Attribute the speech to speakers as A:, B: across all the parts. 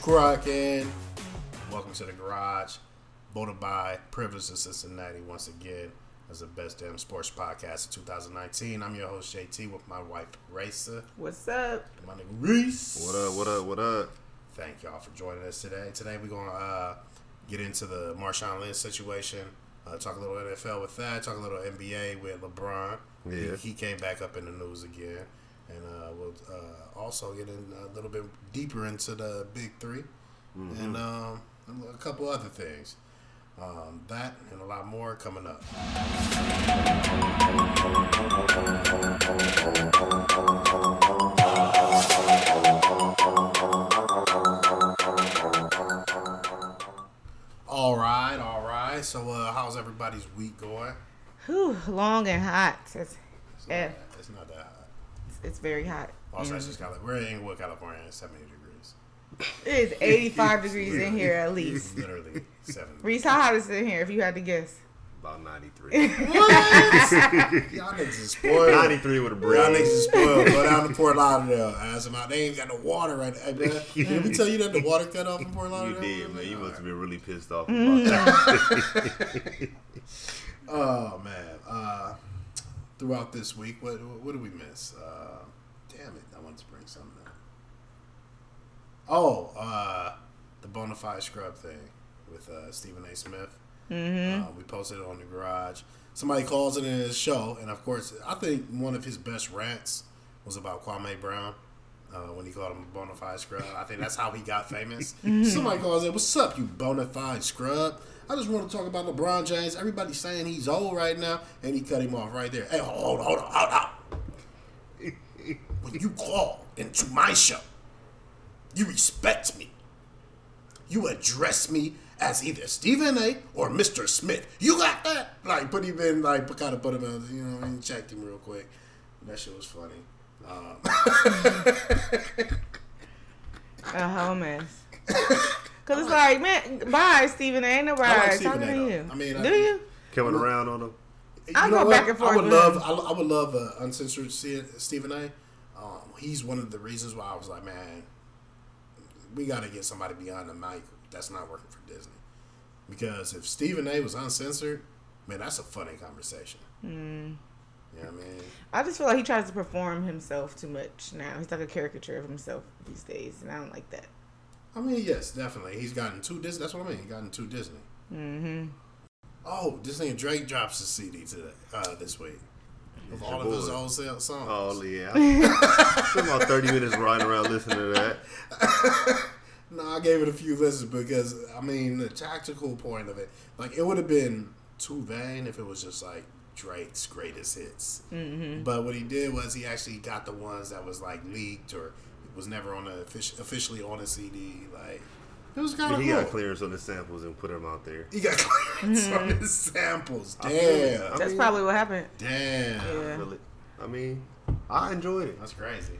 A: Crockett. Welcome to the garage. Voted by Privilege of Cincinnati once again as the best damn sports podcast of 2019. I'm your host JT with my wife Raisa
B: What's up?
A: and my nigga Reese.
C: What up? What up? What up?
A: Thank y'all for joining us today. Today we're gonna uh, get into the Marshawn Lynch situation. Uh, talk a little NFL with that. Talk a little NBA with LeBron. He,
C: Yeah.
A: he came back up in the news again, and uh, we'll uh, also get in a little bit deeper into the Big 3 and um, a couple other things. Um, that and a lot more coming up. All right, all right. So, uh, how's everybody's week going?
B: Whew, long and hot. It's,
A: It's
B: Yeah.
A: that- it's not that hot.
B: it's very hot.
A: Also,
B: And
A: it's just Cali- we're in Inglewood, California. It's 70 degrees.
B: It is 85 degrees in here at least.
A: Literally 70.
B: Reese, how hot is it in here if you had to guess?
C: About 93.
A: Y'all niggas is spoiled.
C: 93 with a
A: Y'all niggas
C: brick.
A: is spoiled. Go down to Port Lauderdale. Ask them out. They ain't got no water right now. Hey, man, Did we tell you that the water cut off in Port
C: You
A: Lauderdale?
C: did, man. You
A: All
C: must
A: right.
C: have been really pissed off about
B: Mm-hmm.
C: that.
A: Oh man. Uh, throughout this week, what what do we miss? Uh, damn it! I wanted to bring something. Up. Oh, uh, the bona fide scrub thing with uh, Stephen A. Smith. Uh, we posted it on the garage. Somebody calls it in his show, and of course, I think one of his best rants was about Kwame Brown. Uh, when he called him a bona fide scrub, I think that's how he got famous. Somebody calls it, "What's up, you bona fide scrub?" I just want to talk about LeBron James. Everybody's saying he's old right now, and he cut him off right there. Hey, hold on, hold on, hold on. When you call into my show, you respect me. You address me as either Stephen A. or Mr. Smith. You got that? Like put him in, like kind of put him in, you know, and checked him real quick. That shit was funny. Um,
B: A whole mess. Cause it's like, man, bye, Stephen. Ain't nobody
A: I like
B: talking
A: Stephen
B: to
A: A,
B: you.
A: though. I mean, I-
B: do you?
C: Coming around on him.
B: I
A: you know
B: go
A: what?
B: back and forth
A: I would
B: with
A: love,
B: him.
A: I, I would love uh, uncensored Se- Stephen A. Um, he's one of the reasons why I was like, man, we got to get somebody behind the mic. That's not working for Disney. Because if Stephen A. was uncensored, man, that's a funny conversation.
B: Hmm.
A: Mm. You know what I mean?
B: I just feel like he tries to perform himself too much now. He's like a caricature of himself these days, and I don't like that.
A: I mean, yes, definitely. He's gotten two Disney. That's what I mean. He's gotten two Disney. Mm-hmm. Oh, this nigga Drake drops his CD today, uh, this week. Of all of
C: your
A: his
C: boy.
A: old sale songs.
C: Oh, yeah. Spent about 30 minutes riding around listening to that.
A: No, I gave it a few listens because I mean the tactical point of it, like it would have been too vain if it was just like Drake's greatest hits. Mm-hmm. But what he did was he actually got the ones that was like leaked or was never on a offic- officially on a CD. Like it was kind of
C: He
A: cool.
C: got clearance on the samples and put them out there.
A: He got clearance on
B: Mm-hmm.
A: his samples.
C: feel you.
A: Damn,
C: I
B: That's
C: mean-
B: probably what happened.
A: damn,
B: Yeah.
C: Really? I mean, I enjoyed it.
A: that's crazy.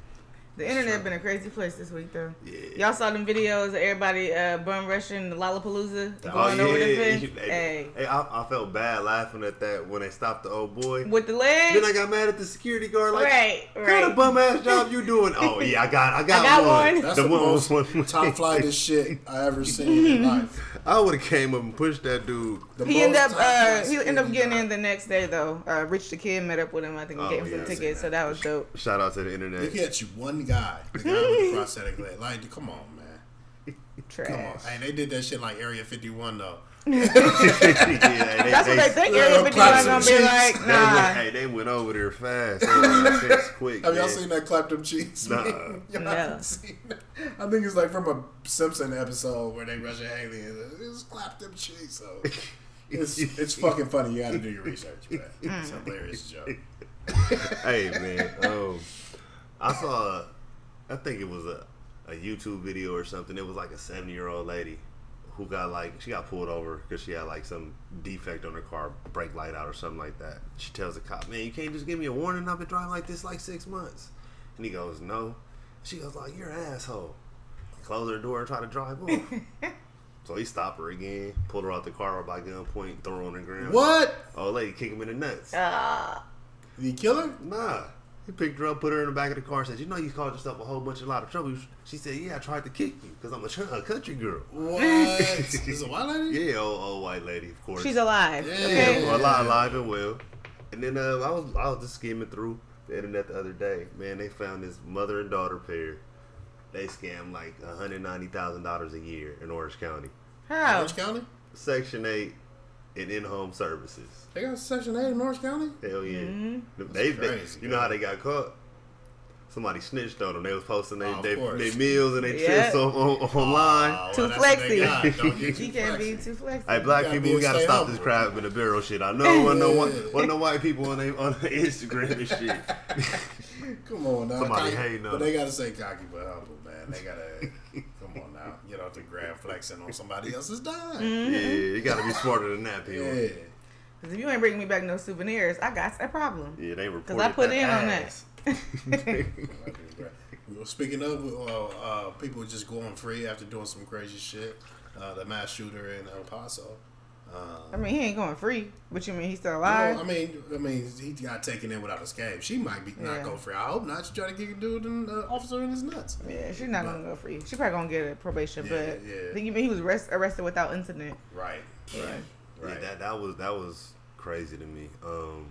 B: The internet been a crazy place this week though.
C: Yeah.
B: Y'all saw them videos of everybody uh, bum rushing Lollapalooza and
C: Oh,
B: going
C: yeah.
B: over the fence.
C: Hey,
B: Hey.
C: hey I, I felt bad laughing at that when they stopped the old boy.
B: With the legs?
C: Then I got mad at the security guard. Like,
B: right,
C: What a
B: right.
C: bum ass job you doing? Oh yeah, I got, I got,
B: I got one.
A: That's
C: the,
A: the,
C: one
A: most
C: was one.
A: top flightest shit I ever seen in life.
C: I would have came up and pushed that dude.
A: The
B: He ended
A: most
B: up uh,
A: top-flightest
B: he
A: shit
B: ended up getting
A: got.
B: in the next day though. Uh, Rich the Kid met up with him, I think, and
C: Oh,
B: gave him
C: yeah, I
B: some
C: seen
B: tickets, so that was dope.
C: Shout out to the
A: They
C: internet.
A: catch you one guy, the guy with the prosthetic leg. Like, come on, man. Come on.
B: Trash.
A: Hey, they did that shit like Area 51, though.
C: yeah, they,
B: That's what they think Area
A: Yeah,
B: 51
A: clap
B: gonna
A: some
B: be
A: cheeks.
B: like,
C: They went,
B: nah.
C: hey, they went over there fast. They went over there quick.
A: Have y'all
C: man.
A: seen that clap them cheeks?
C: Nah.
A: meme? y'all
B: No.
A: haven't seen that? I think it's like from a Simpson episode where they rush at Haley and uh, just clap them cheeks. So it's it's fucking funny. You got to do your research, man.
B: Mm.
A: It's a hilarious joke.
C: hey man, um, I saw, I think it was a, a YouTube video or something. It was like a seventy year old lady who got like she got pulled over because she had like some defect on her car brake light out or something like that. She tells the cop, "Man, you can't just give me a warning. I've been driving like this like six months." And he goes, "No." She goes, "Like you're an asshole." Close her door and try to drive off. so he stopped her again, pulled her out the car by gunpoint, threw her on the ground.
A: What?
C: Oh, lady, kick him in the nuts.
B: Uh,
A: Did he kill her?
C: Nah. He picked her up, put her in the back of the car, said, "You know, you caused yourself a whole bunch of lot of trouble." She said, "Yeah, I tried to kick you because I'm a, ch- a country girl."
A: What? Is it white lady?
C: Yeah, old, old white lady, of course.
B: She's alive.
A: Yeah.
B: Okay.
C: Yeah, well, alive, alive and well. And then uh, I was I was just skimming through the internet the other day. Man, they found this mother and daughter pair. They scam like one hundred ninety thousand dollars a year in Orange County.
B: How?
A: Orange County?
C: Section eight and in-home services.
A: They got Section 8 in Orange County?
C: Hell yeah!
B: Mm-hmm.
C: They,
A: That's
C: they-
A: crazy,
C: you know how
A: man.
C: they got caught? Somebody snitched on them. They was posting
A: Oh,
C: their
A: of
C: they,
A: course.
C: they meals and they
B: Yeah.
C: trips on, on, online.
A: Oh,
B: Too
A: that's what they
B: flexy.
A: got. Don't get
B: She
A: too
B: can't be
A: flexy.
B: too flexible.
C: Hey, black
A: gotta
C: people,
A: be a
C: we gotta
A: stay
C: stop
A: humble.
C: this crab in the barrel shit. I know one no one one no white people on they, on Instagram and shit.
A: Come on now.
C: Somebody
A: Cocky-
C: hating on
A: But
C: it.
A: they gotta say cocky but humble, man. They gotta come on now. Get off the grand flexing on somebody else's dime.
B: Mm.
C: yeah, you gotta be smarter than that, people.
A: Mm-hmm. Yeah.
C: Yeah,
B: 'Cause if you ain't bringing me back no souvenirs, I got a problem.
C: they reported
B: Because I put in on
C: that
B: that.
C: ass.
A: Well, Speaking of well, uh, people just going free after doing some crazy shit, uh, the mass shooter in El Paso. Um,
B: I mean, he ain't going free, but you mean he's still
A: Well,
B: alive?
A: I mean, I mean, he got taken in without escape. She might be
B: Yeah.
A: not go free. I hope not. She tried to get a dude and uh, officer in his nuts.
B: yeah, she's not gonna go free. She probably gonna get a probation,
A: Yeah,
B: but
A: yeah.
B: I think you mean he was arrest- arrested without incident.
A: Right.
B: Yeah.
C: Yeah,
A: Right.
C: that that was that was crazy to me. Um,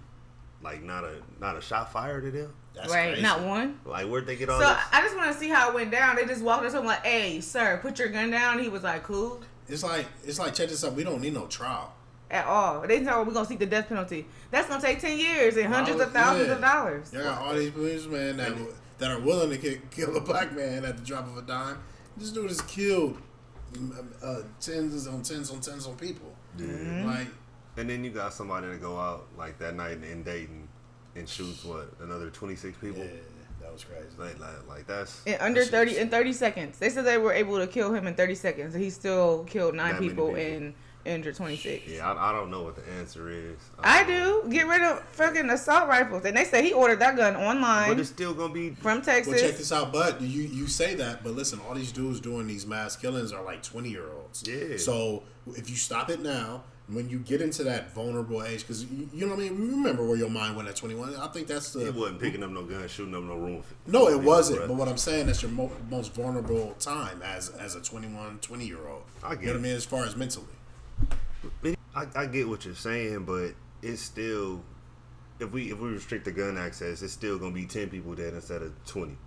C: like not a not a shot fired at them.
A: That's
B: right?
A: crazy.
B: Not one.
C: Like where'd they get
B: So
C: all this?
B: I just want to see how it went down. They just walked up to him like, "Hey, sir, put your gun down." He was like, "Cool."
A: It's like it's like check this out. We don't need no trial.
B: At all, they know we're gonna seek the death penalty. That's gonna take ten years and hundreds of
A: Well, Oh,
B: thousands
A: yeah.
B: of dollars.
A: There are all these policemen that that are willing to ki- kill a black man at the drop of a dime. This dude has killed mm, uh, tens on tens on tens on people.
B: Mm-hmm.
A: Like
C: And then you got somebody to go out like that night in Dayton and shoots what another twenty six people.
A: yeah, that was crazy.
C: Like, like like that's
B: In under
A: That's
B: thirty in
A: interesting.
B: thirty seconds, they said they were able to kill him in thirty seconds. and He still killed nine
C: That many
B: people,
C: people.
B: and injured twenty six.
C: yeah. I, I don't know what the answer is.
B: I
C: Um,
B: do get rid of fucking assault rifles, and they said he ordered that gun
C: But
B: online
C: it's still gonna be
B: from
A: Well, check
B: Texas.
A: this out. But you you say that, but listen, all these dudes doing these mass killings are like twenty year olds.
C: Yeah.
A: So if you stop it now, when you get into that vulnerable age, because you, you know what I mean, you remember where your mind went at twenty one. I think that's the
C: He wasn't picking up no gun, shooting up no room.
A: no, it wasn't.
C: Bruh.
A: But what I'm saying, that's your mo- most vulnerable time as as a 21, 20 year old.
C: I get
A: you know what
C: it.
A: I mean, as far as mentally.
C: I, I get what you're saying, but it's still if we if we restrict the gun access, it's still gonna be ten people dead instead of twenty.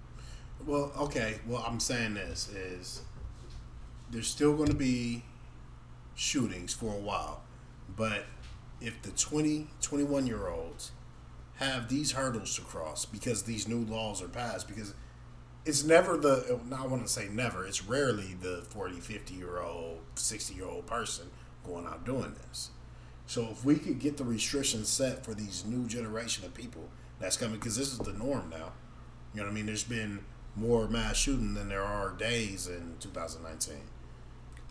A: Well, okay. Well, I'm saying this is there's still going to be shootings for a while, but if the 20, 21 year olds have these hurdles to cross because these new laws are passed, because it's never the, now I want to say never, it's rarely the 40, 50 year old, 60 year old person going out doing this. So if we could get the restrictions set for these new generation of people that's coming, because this is the norm now. You know what I mean? There's been more mass shooting than there are days in 2019.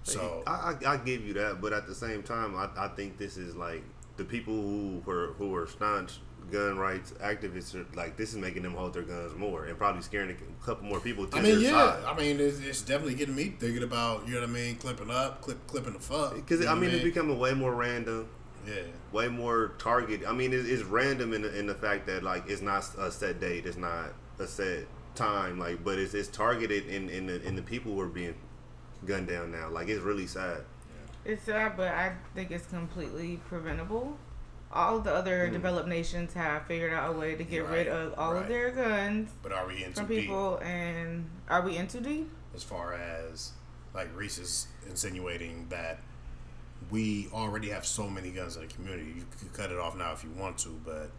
A: So
C: I, I, I give you that, but at the same time, I, I think this is like the people who were who are staunch gun rights activists are like this is making them hold their guns more and probably scaring a couple more people to
A: I mean,
C: their
A: yeah,
C: side.
A: I mean, it's, it's definitely getting me thinking about you know what I mean, clipping up, clip, clipping the fuck.
C: Because
A: you know
C: I
A: what
C: mean, it's becoming way more random.
A: yeah,
C: way more target. I mean, it's, it's random in the, in the fact that like it's not a set date, it's not a set time, like, but it's it's targeted in in the in the people who are being gunned down now. Like, it's really sad.
B: It's sad, but I think it's completely preventable. All the
C: Mm.
B: other developed nations have figured out a way to get rid
A: Right,
B: of all of
A: right.
B: their guns
A: but are we in too
B: from
A: deep
B: people. And are we in too deep?
A: as far as like Reese is insinuating that we already have so many guns in the community? You could cut it off now if you want to, but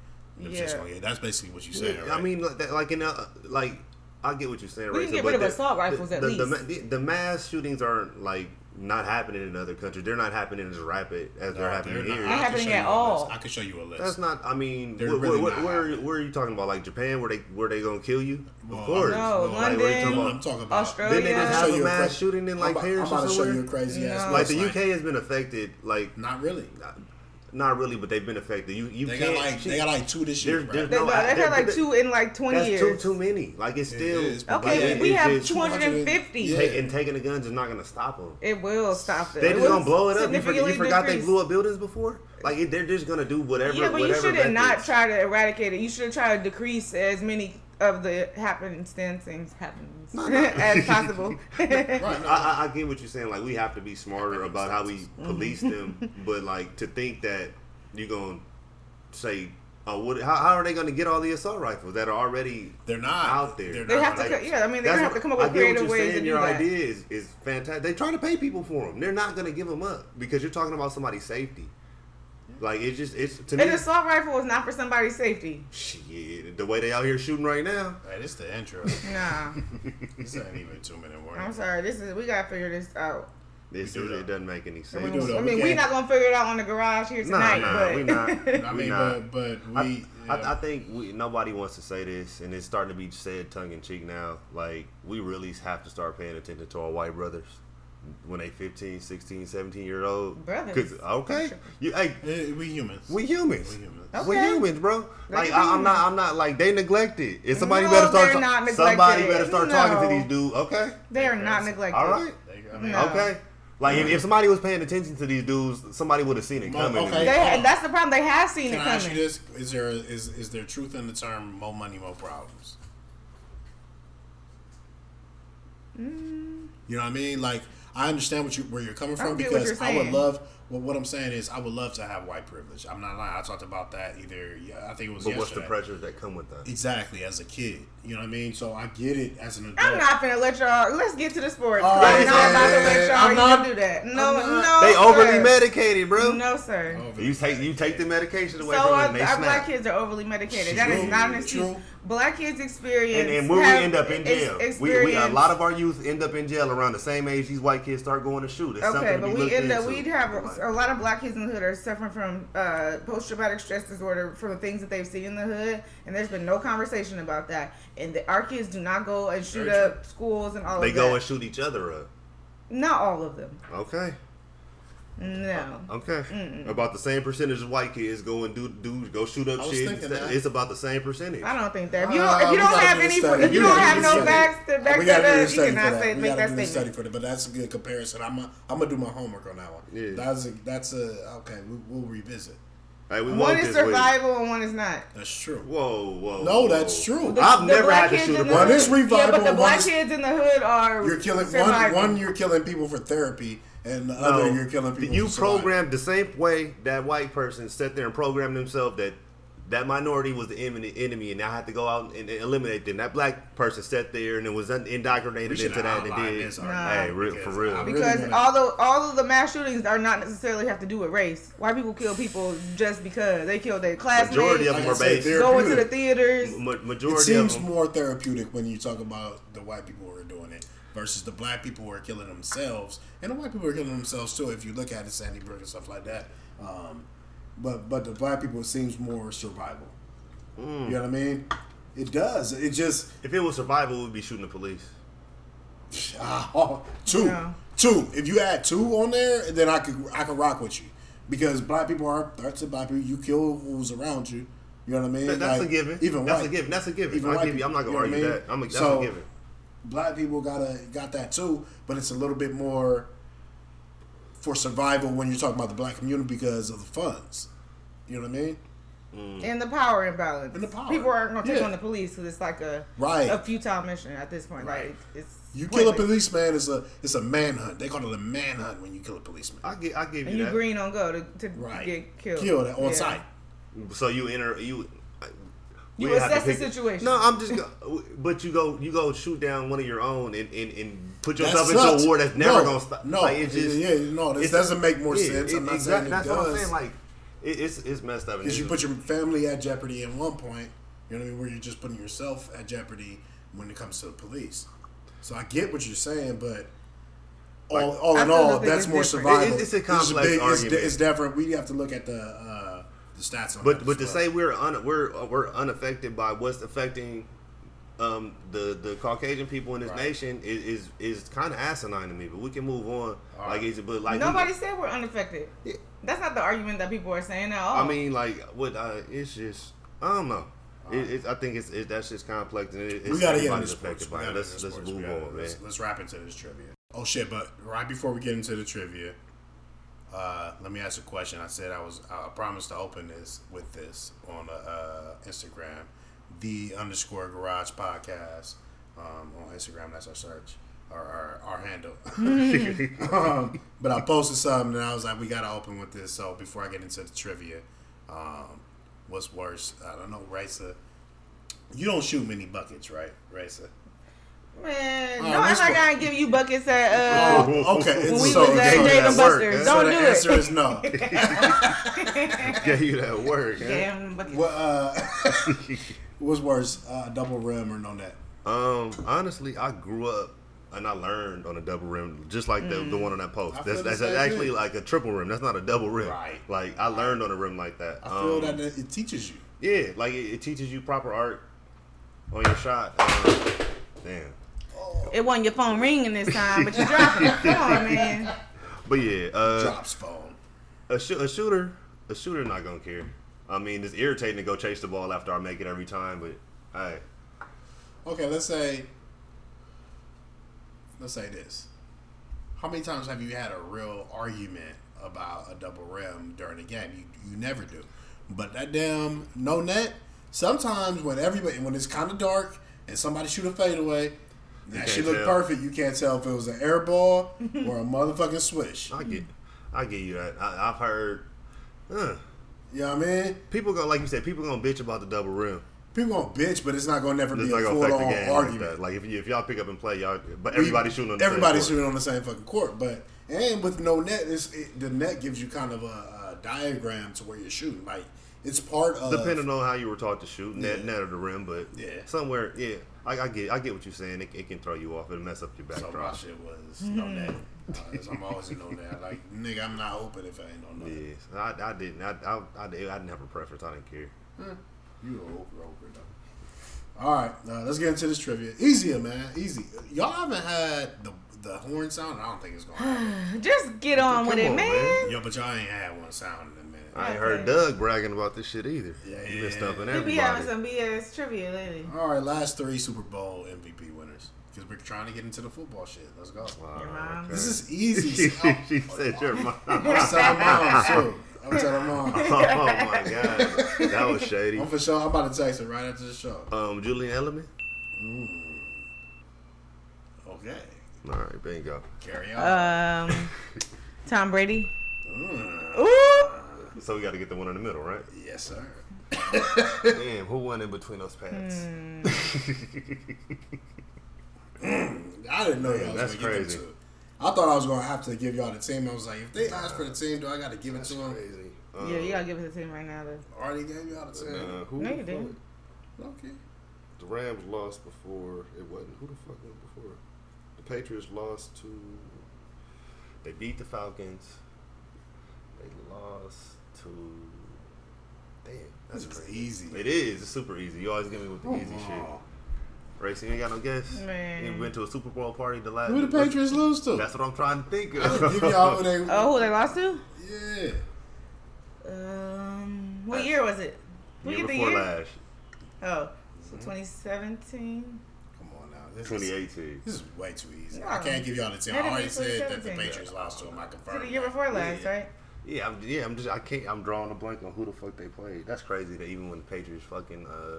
A: it's just
B: Yeah.
A: gonna get- that's basically what you said.
C: Yeah,
A: right?
C: I mean, like, that, like in uh, like I get what you're saying.
B: We can
C: Raisa,
B: get
C: but
B: rid of
C: the-
B: assault
C: the-
B: rifles at
C: the, the,
B: least.
C: ma- The, the mass shootings aren't like not happening in other countries. They're not happening as rapid as they're
A: No,
C: happening
A: they're
C: here.
A: I can
B: happening
A: show you
B: at
A: a
B: all.
A: list. I could show you a list.
C: That's not. I mean,
A: They're
C: where,
A: really
C: where,
A: not
C: where,
A: happening.
C: where are you talking about? Like Japan, where they where they gonna kill you?
A: Well,
C: of course.
B: No,
A: like,
C: what are you talking
B: London,
C: about?
A: I'm talking about
B: Australia.
C: Didn't they just
B: Show
C: have a
A: you a
C: mass
A: crazy-
C: shooting in like
A: I'm, about-
C: Paris
A: I'm
C: or
A: about to show you
C: somewhere?
A: a crazy
B: No.
A: ass
C: Like
A: list,
C: the UK has been affected. Like
A: Not really.
C: Not really, but they've been affected. You you
A: They got
C: can't.
A: like
C: she-
A: they got like two this year.
C: There's-
A: bro.
C: there's
B: They,
C: No,
B: no,
C: I-
B: they've had
C: that-
B: like
C: that-
B: two in like 20
C: that's
B: years.
C: too too many. Like it's still.
A: is, but
B: okay,
A: Yeah,
B: we
C: it's
B: have
C: just-
B: 250.
A: Yeah.
C: Take, and taking the guns is not gonna stop them.
B: It will stop them.
C: They
B: It
C: just
B: will
C: gonna blow it up. You, for, you
B: significantly
C: forgot they
B: decrease-
C: blew up buildings before. Like it, they're just gonna do whatever.
B: Yeah, but you
C: whatever
B: should have not
C: methods.
B: tried to eradicate it. You should have tried to decrease as many of the happenstancings happens as possible.
A: Right, no,
C: I, I, I get what you're saying. Like we have to be smarter about how we police them, but like to think that you're gonna say, "Oh, what? How, how are they gonna get all the assault rifles that are already?"
A: they're not
C: out there.
A: They're
B: they
A: not
B: have to,
A: like-
B: co- yeah. I mean, they
C: That's
B: have
C: what-
B: to come up
C: I
B: with
C: get what
B: creative
C: you're
B: ways
C: saying.
B: to do
C: Your
B: that.
C: idea is, is fantastic. They trying to pay people for them. They're not gonna give them up because you're talking about somebody's safety. Like it's just it's to me.
B: An assault rifle is not for somebody's safety.
C: Shit, the way they out here shooting right now.
A: Hey, this the intro.
B: Nah,
A: This ain't even two minute warning.
B: I'm sorry. This is we gotta figure this out.
C: This
A: We do
C: is,
A: that.
C: it doesn't make any
A: we
C: sense.
A: do that.
B: I
A: we
B: mean, we're
A: can't-
B: not gonna figure it out on the garage here
C: Nah,
B: tonight.
C: nah,
B: but
C: we not.
A: I
C: we
A: mean, but
C: not.
A: but we.
C: I,
A: yeah.
C: I, I think we, nobody wants to say this, and it's starting to be said tongue in cheek now. Like, we really have to start paying attention to our white brothers when they 15, 16, 17 year old.
B: Brothers.
C: 'Cause- Okay. You, hey,
A: Eh, we humans.
C: we humans.
A: We humans.
B: Okay.
C: We humans, bro. Like I, I'm not, I'm not like they neglected. And somebody
B: No,
C: better start.
B: they're not neglected.
C: somebody better start talking to
B: No.
C: these dudes. Okay,
B: they are not
A: All
B: neglected.
C: all right,
A: They, I mean,
B: No.
C: okay. Like if, if somebody was paying attention to these dudes, somebody would have seen it
A: Well,
C: coming.
A: okay.
B: They, that's the problem. They have seen
A: Can
B: it
A: I ask you
B: coming.
A: this? Is there is is there truth in the term "more money, more problems"? You know what I mean? Like I understand what you where you're coming from
B: Mm. get what
A: because
B: you're
A: I would
B: saying.
A: love. Well, what I'm saying is I would love to have white privilege. I'm not lying. I talked about that either. Yeah, I think it was
C: But what's the
A: yesterday.
C: pressures that come with that?
A: Exactly, as a kid, you know what I mean. So I get it as an adult.
B: I'm not gonna let y'all. Let's get to the sports.
A: All
B: I'm
A: right,
B: not about to let
A: man.
B: y'all
A: I'm not-
B: even do that. No,
A: I'm
B: no.
A: not-
C: They overly Oh,
B: sir.
C: medicated, bro.
B: No, sir.
A: Over
C: You
A: the
C: take
A: fact.
C: you take the medication
B: So
C: away from
B: our,
C: them, they
B: our black
C: snap.
B: kids are overly medicated. That is
A: True,
B: not an excuse.
A: true.
B: Black kids experience
C: And, and when we
B: have
C: end up in
B: ex-
C: jail, we, we a
B: experience-
C: lot of our youth end up in jail around the same age these white kids start going to shoot. It's something
B: Okay,
C: to
B: but
C: be
B: we
C: looked
B: end up
C: into.
B: we have
C: Like,
B: a, a lot of black kids in the hood are suffering from uh, post traumatic stress disorder from the things that they've seen in the hood, and there's been no conversation about that. And the, our kids do not go and shoot
A: Very true.
B: up schools and all
C: they
B: of
C: go and
B: that.
C: shoot each other up.
B: not all of them.
C: Okay.
B: No.
C: Uh, Okay. About the same percentage of white kids go and do do go shoot up
A: I was
C: shit.
A: thinking that.
C: It's about the same percentage.
B: I don't think that. If you don't,
A: Uh,
B: if
A: we
B: you don't
A: gotta
B: have
A: do the
B: any,
A: study.
B: if you
A: We
B: don't
A: gotta
B: have
A: do
B: no
A: the study.
B: facts to back
A: we gotta
B: that
A: do the
B: up, you
A: study for
B: cannot
A: that.
B: say
A: we
B: make
A: gotta
B: that
A: do the study
B: statement.
A: for that, but that's a good comparison. I'm a, I'm gonna do my homework on that one.
C: Yeah.
A: That's a, that's a okay. We, we'll revisit.
C: Hey, we
B: One
C: want
B: is
C: this way.
B: survival and one is not.
A: That's true.
C: Whoa, whoa.
A: No,
C: whoa.
A: that's true.
B: The-
C: I've
B: the
C: never had
B: black
C: to
B: kids
C: shoot a
B: in the
C: black
B: hood-
A: One is revival
B: Yeah, but the
A: and one
B: black
A: is-
B: kids in the hood are
A: You're killing one.
B: surviving.
A: One, you're killing people for therapy, and the
C: No,
A: other, you're killing people.
C: Oh, You
A: for survival.
C: programmed the same way that white person sat there and programmed themselves that that minority was the enemy, enemy and I had to go out and eliminate them. That black person sat there and it was
A: We
C: indoctrinated
A: should
C: into that
A: have
C: and
A: outlined
C: it
A: this
C: did.
A: argument,
C: Hey, real, for
A: because
C: real.
A: I really
B: Because
A: wanna-
B: although all of the mass shootings are not necessarily have to do with race, white people kill people just because they kill their classmates.
C: Majority of
A: Like
C: them
A: I
C: are
A: said,
C: based.
A: they're-
B: going to the
A: therapeutic.
B: theaters.
C: ma-
A: it
C: majority of
A: seems
C: them.
A: more therapeutic when you talk about the white people who are doing it versus the black people who are killing themselves, and the white people are killing themselves too. If you look at it, Sandy Brook and stuff like that. Um, but but the black people it seems more survival. You know what I mean? It does. It just
C: if it was survival, we'd be shooting the police.
A: Ah, two,
B: Yeah.
A: two. If you add two on there, then I could I could rock with you because black people are threats to black people. You kill who's around you. You know what I mean?
C: That- that's
A: Like,
C: a given.
A: Even
C: that's
A: white,
C: a given. That's a given.
A: Even
C: I
A: white
C: give you, I'm not gonna
A: people, you know
C: argue
A: what I
C: that.
A: mean?
C: I'm a, that's
A: So-
C: a given.
A: black people gotta got that too, but it's a little bit more for survival when you're talking about the black community because of the funds. You know what I mean?
B: And the power imbalance.
A: And the power.
B: People aren't going to take
A: Mm-hmm. Yeah.
B: on the police because it's like a
A: Right.
B: a futile mission at this point.
A: Right.
B: Like it's
A: You kill a
B: pointless.
A: policeman, it's a it's a manhunt. They call it a manhunt when you kill a policeman.
C: I give, I give
B: and
C: you
B: you
C: that.
B: green on go to, to
A: Right.
B: Oh, get killed.
A: Killed on
B: Yeah.
A: site.
C: So you enter you.
B: You
C: we have to
B: assess the
C: pick-
B: situation.
C: No, I'm just. Go, but you go, you go shoot down one of your own and and, and put
A: That
C: yourself
A: sucks.
C: into a war that's never
A: No,
C: gonna stop.
A: No,
C: like, it's just,
A: yeah, no, this
C: it's-
A: doesn't make more
C: yeah,
A: sense.
C: it-
A: I'm not
C: exact-
A: saying it
C: that's
A: does.
C: what I'm saying. Like, it, it's it's messed up. and
A: Because you
C: it's-
A: put your family at jeopardy at one point, you know what I mean, where you're just putting yourself at jeopardy when it comes to the police. So I get what you're saying, but all, all
B: I
A: in
B: still
A: all,
B: think
A: that's
B: it's
A: more
B: different.
A: survival.
C: It- it's a
A: This is
C: complex
A: it's di-
C: argument.
A: It's different. We have to look at the uh, the stats on that
C: But
A: as
C: but to
A: well.
C: say we're un, we're uh, we're unaffected by what's affecting um, the the Caucasian people in this
A: Right.
C: nation is is, is kind of asinine to me. But we can move on.
A: All
C: Like
A: right.
C: it's but like we-
B: Nobody said we're unaffected. That's not the argument that people are saying at all.
C: I mean, like, what? Uh, it's just, I don't know. It, it's I think it's it, that's just complex and it, it's
A: we gotta get into
C: everybody's
A: sports.
C: affected
A: We
C: by
A: gotta
C: it.
A: get
C: Let's
A: into
C: let's
A: sports. We
C: move
A: gotta-
C: on, man.
A: let's, let's wrap into this trivia. Oh shit! But right before we get into the trivia, uh, let me ask a question. I said I was I promised to open this with this on uh, Instagram, the underscore Garage Podcast um, on Instagram. That's our search. Our, our, our handle, um, but I posted something and I was like, we gotta open with this. So before I get into the trivia, um, what's worse? I don't know, Raisa. You don't shoot many buckets, right, Raisa?
B: Man,
A: Oh,
B: don't
A: this
B: act like
A: one-
B: I ain't give you buckets at. Uh,
A: Oh, okay.
B: when
A: It's
B: we
A: so
B: was at
A: so
B: Dave and
A: that work.
B: Buster's.
A: So
B: Don't
A: the
B: do it.
A: answer is no.
C: Gave you that word. huh?
B: damn buckets.
A: what, uh, what's worse, uh, double rim or no net?
C: Um, honestly, I grew up and I learned on a double rim, just like the, the one on that post.
A: I
C: That's
A: feel the
C: that's
A: same
C: actually
A: thing.
C: like a triple rim. That's not a double rim.
A: Right.
C: Like I learned on a rim like that.
A: I feel
C: Um,
A: that it it teaches you.
C: Yeah, like it, it teaches you proper art on your shot. Um, damn.
B: It wasn't your phone ringing this time, but you dropped it. Come on, man.
C: But yeah, uh,
A: Drops phone.
C: a, shoo- a shooter, a shooter not gonna care. I mean, it's irritating to go chase the ball after I make it every time, but I
A: Okay, let's say, let's say this. How many times have you had a real argument about a double rim during a game? You, you never do. But that damn no net. Sometimes when everybody when it's kind of dark and somebody shoot a fadeaway, that
C: can't
A: shit look
C: tell.
A: perfect. You can't tell if it was an air ball or a motherfucking swish.
C: I get I get you that. I, I've heard. Uh,
A: You know what I mean?
C: people go like you said. People gonna bitch about the double rim.
A: People gonna bitch, but it's not gonna never
C: It's
A: be
C: not
A: a
C: gonna
A: full
C: affect the
A: on
C: game like
A: argument.
C: that. Like if, you, if y'all pick up and play, y'all. But
A: We-
C: everybody's shooting on the
A: everybody's
C: same court.
A: shooting on the same fucking court. But and with no net, it's, it, the net gives you kind of a, a diagram to where you're shooting. Like it's part of
C: Depending on how you were taught to shoot, net,
A: Yeah.
C: net or the rim, but
A: Yeah.
C: somewhere, yeah, I, I get, I get what you're saying. It, it can throw you off and mess up your
A: So my
C: backdrop.
A: shit was no net. Uh, 'cause I'm always in no net. Like nigga, I'm not open if I ain't on net.
C: Yes, I, I didn't, I, I, I, did- I didn't have a preference. I didn't care.
A: You a open, open though. All right, uh, let's get into this trivia. Easier, man. Easy. Y'all haven't had the the horn sound. and I don't think it's gonna happen.
B: Just get on
C: Come
B: with it,
C: on,
B: man.
C: man.
A: Yo, but y'all ain't had one sound in a minute.
C: I ain't
B: Okay.
C: heard Doug bragging about this shit either.
A: Yeah,
C: He been
A: yeah.
C: stumping
B: We be having
C: everybody.
B: some BS trivia lately.
A: All right, last three Super Bowl MVP winners because we're trying to get into the football shit. Let's go.
C: Wow,
B: Your mom.
C: Oh, okay.
A: This is easy.
C: she said your Oh, mom.
A: I'm telling mom too. I'm telling mom.
C: Oh my god, that was shady.
A: I'm for sure. I'm about to text her right after the show.
C: Um, Julian Element.
A: Okay,
C: All right, bingo.
A: carry on.
B: Um, Tom Brady.
A: Mm.
B: Ooh,
C: So we got to get the one in the middle, right?
A: Yes, sir.
C: Damn, who won in between those pads?
B: Hmm.
A: I didn't know y'all
C: Man,
A: was
C: that's
A: gonna get them
C: crazy.
A: to. it. I thought I was gonna have to give y'all the team. I was like, if they ask for the team, do I gotta give it to them?
C: Crazy. Um,
B: yeah, you gotta give us a team right now. Though.
A: Already gave y'all the team.
C: uh, who
B: No,
C: the
B: you
C: fuck-
B: didn't.
A: Okay.
C: The Rams lost before it wasn't. Who the fuck went before? The Patriots lost to. They beat the Falcons. They lost to. Damn,
A: This
C: that's
A: is
C: crazy.
A: easy.
C: It is. It's super easy. You always get me with the easy shit.
A: Oh.
C: Race, you ain't got no guess.
B: Man.
C: You been to a Super Bowl party the last.
A: Who the Patriots lose to?
C: That's what I'm trying to think
A: I didn't
C: of.
A: give y'all who they.
B: Oh, who they lost to?
A: Yeah.
B: Um, what year was it? We
C: year
B: get the
C: before
B: year.
C: last, Mm-hmm.
B: Oh, so 2017.
A: Come on now. This is-
C: 2018.
A: This is way too easy.
B: No.
A: I can't give y'all the team.
B: Had to
A: I
B: be
A: already said that the
B: 2017.
A: Patriots lost to them. I
B: So
A: confirmed.
B: the year
A: that.
B: before last,
C: Yeah.
B: right?
C: Yeah, I'm, yeah, I'm just I can't I'm drawing a blank on who the fuck they played. That's crazy that even when the Patriots fucking uh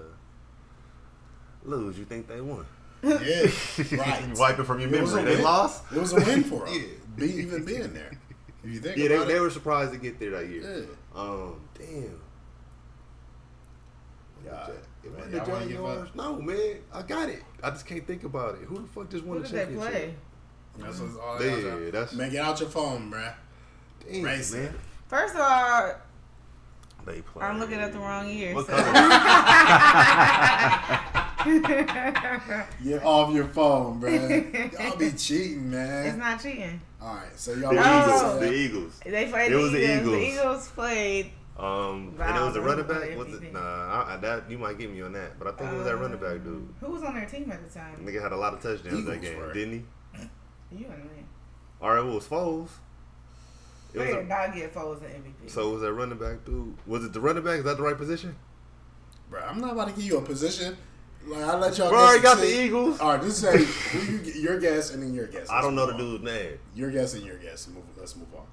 C: lose, you think they won.
A: Yeah, right.
C: Wipe it from your
A: It was a
C: memory. They
A: win.
C: lost.
A: It was a win for them.
C: Yeah.
A: Be, even being there. If you think
C: Yeah, they,
A: about
C: they
A: it,
C: were surprised to get there that year.
A: Yeah.
B: Mm-hmm.
C: Um, damn.
A: Yeah.
C: It
A: Man,
C: wasn't
A: y'all
C: the
A: wanna give
C: Jaguars.
A: up?
C: No, man, I got it. I just can't think about it. Who the fuck just won
B: Who
C: the
B: did they
C: championship?
B: play?
A: that's what's all that was.
C: Yeah, that's
A: Oh, Man, get out your phone, bruh.
C: damn,
A: Race.
C: man.
B: First of all,
C: They played.
B: I'm looking at the wrong year.
C: What
B: so-
C: color?
B: it's
A: Get off your phone, bruh. y'all be cheating, man.
B: not cheating.
A: all right, so y'all.
C: the
B: Oh.
C: Eagles. The Eagles.
B: They played
C: It was
B: the
C: the
B: Eagles. The
C: Eagles.
B: Eagles played.
C: Um,
B: Wow,
C: and it was a
B: that
C: running
B: was
C: back. Was
B: MVP.
C: it? Nah, I, I, that you might get me on that, but I think it was that running back dude.
B: um, Who was on their team at the time?
C: Nigga had a lot of touchdowns
A: Eagles
C: that game,
A: were-
C: didn't he?
B: You and me.
C: All right, well, it was Foles. It was
B: They
C: a-
B: did not get Foles an MVP.
C: so was that running back dude? Was it the running back? Is that the right position?
A: Bro, I'm not about to give you a position. Like I let y'all.
C: E- Bro, I already
A: guess
C: got the
A: shit.
C: Eagles.
A: All right, this is who you, your guess and then your guess.
C: I don't know
A: Let's
C: the
A: move on.
C: dude's name.
A: Your guess and your guess. Move, let's move on.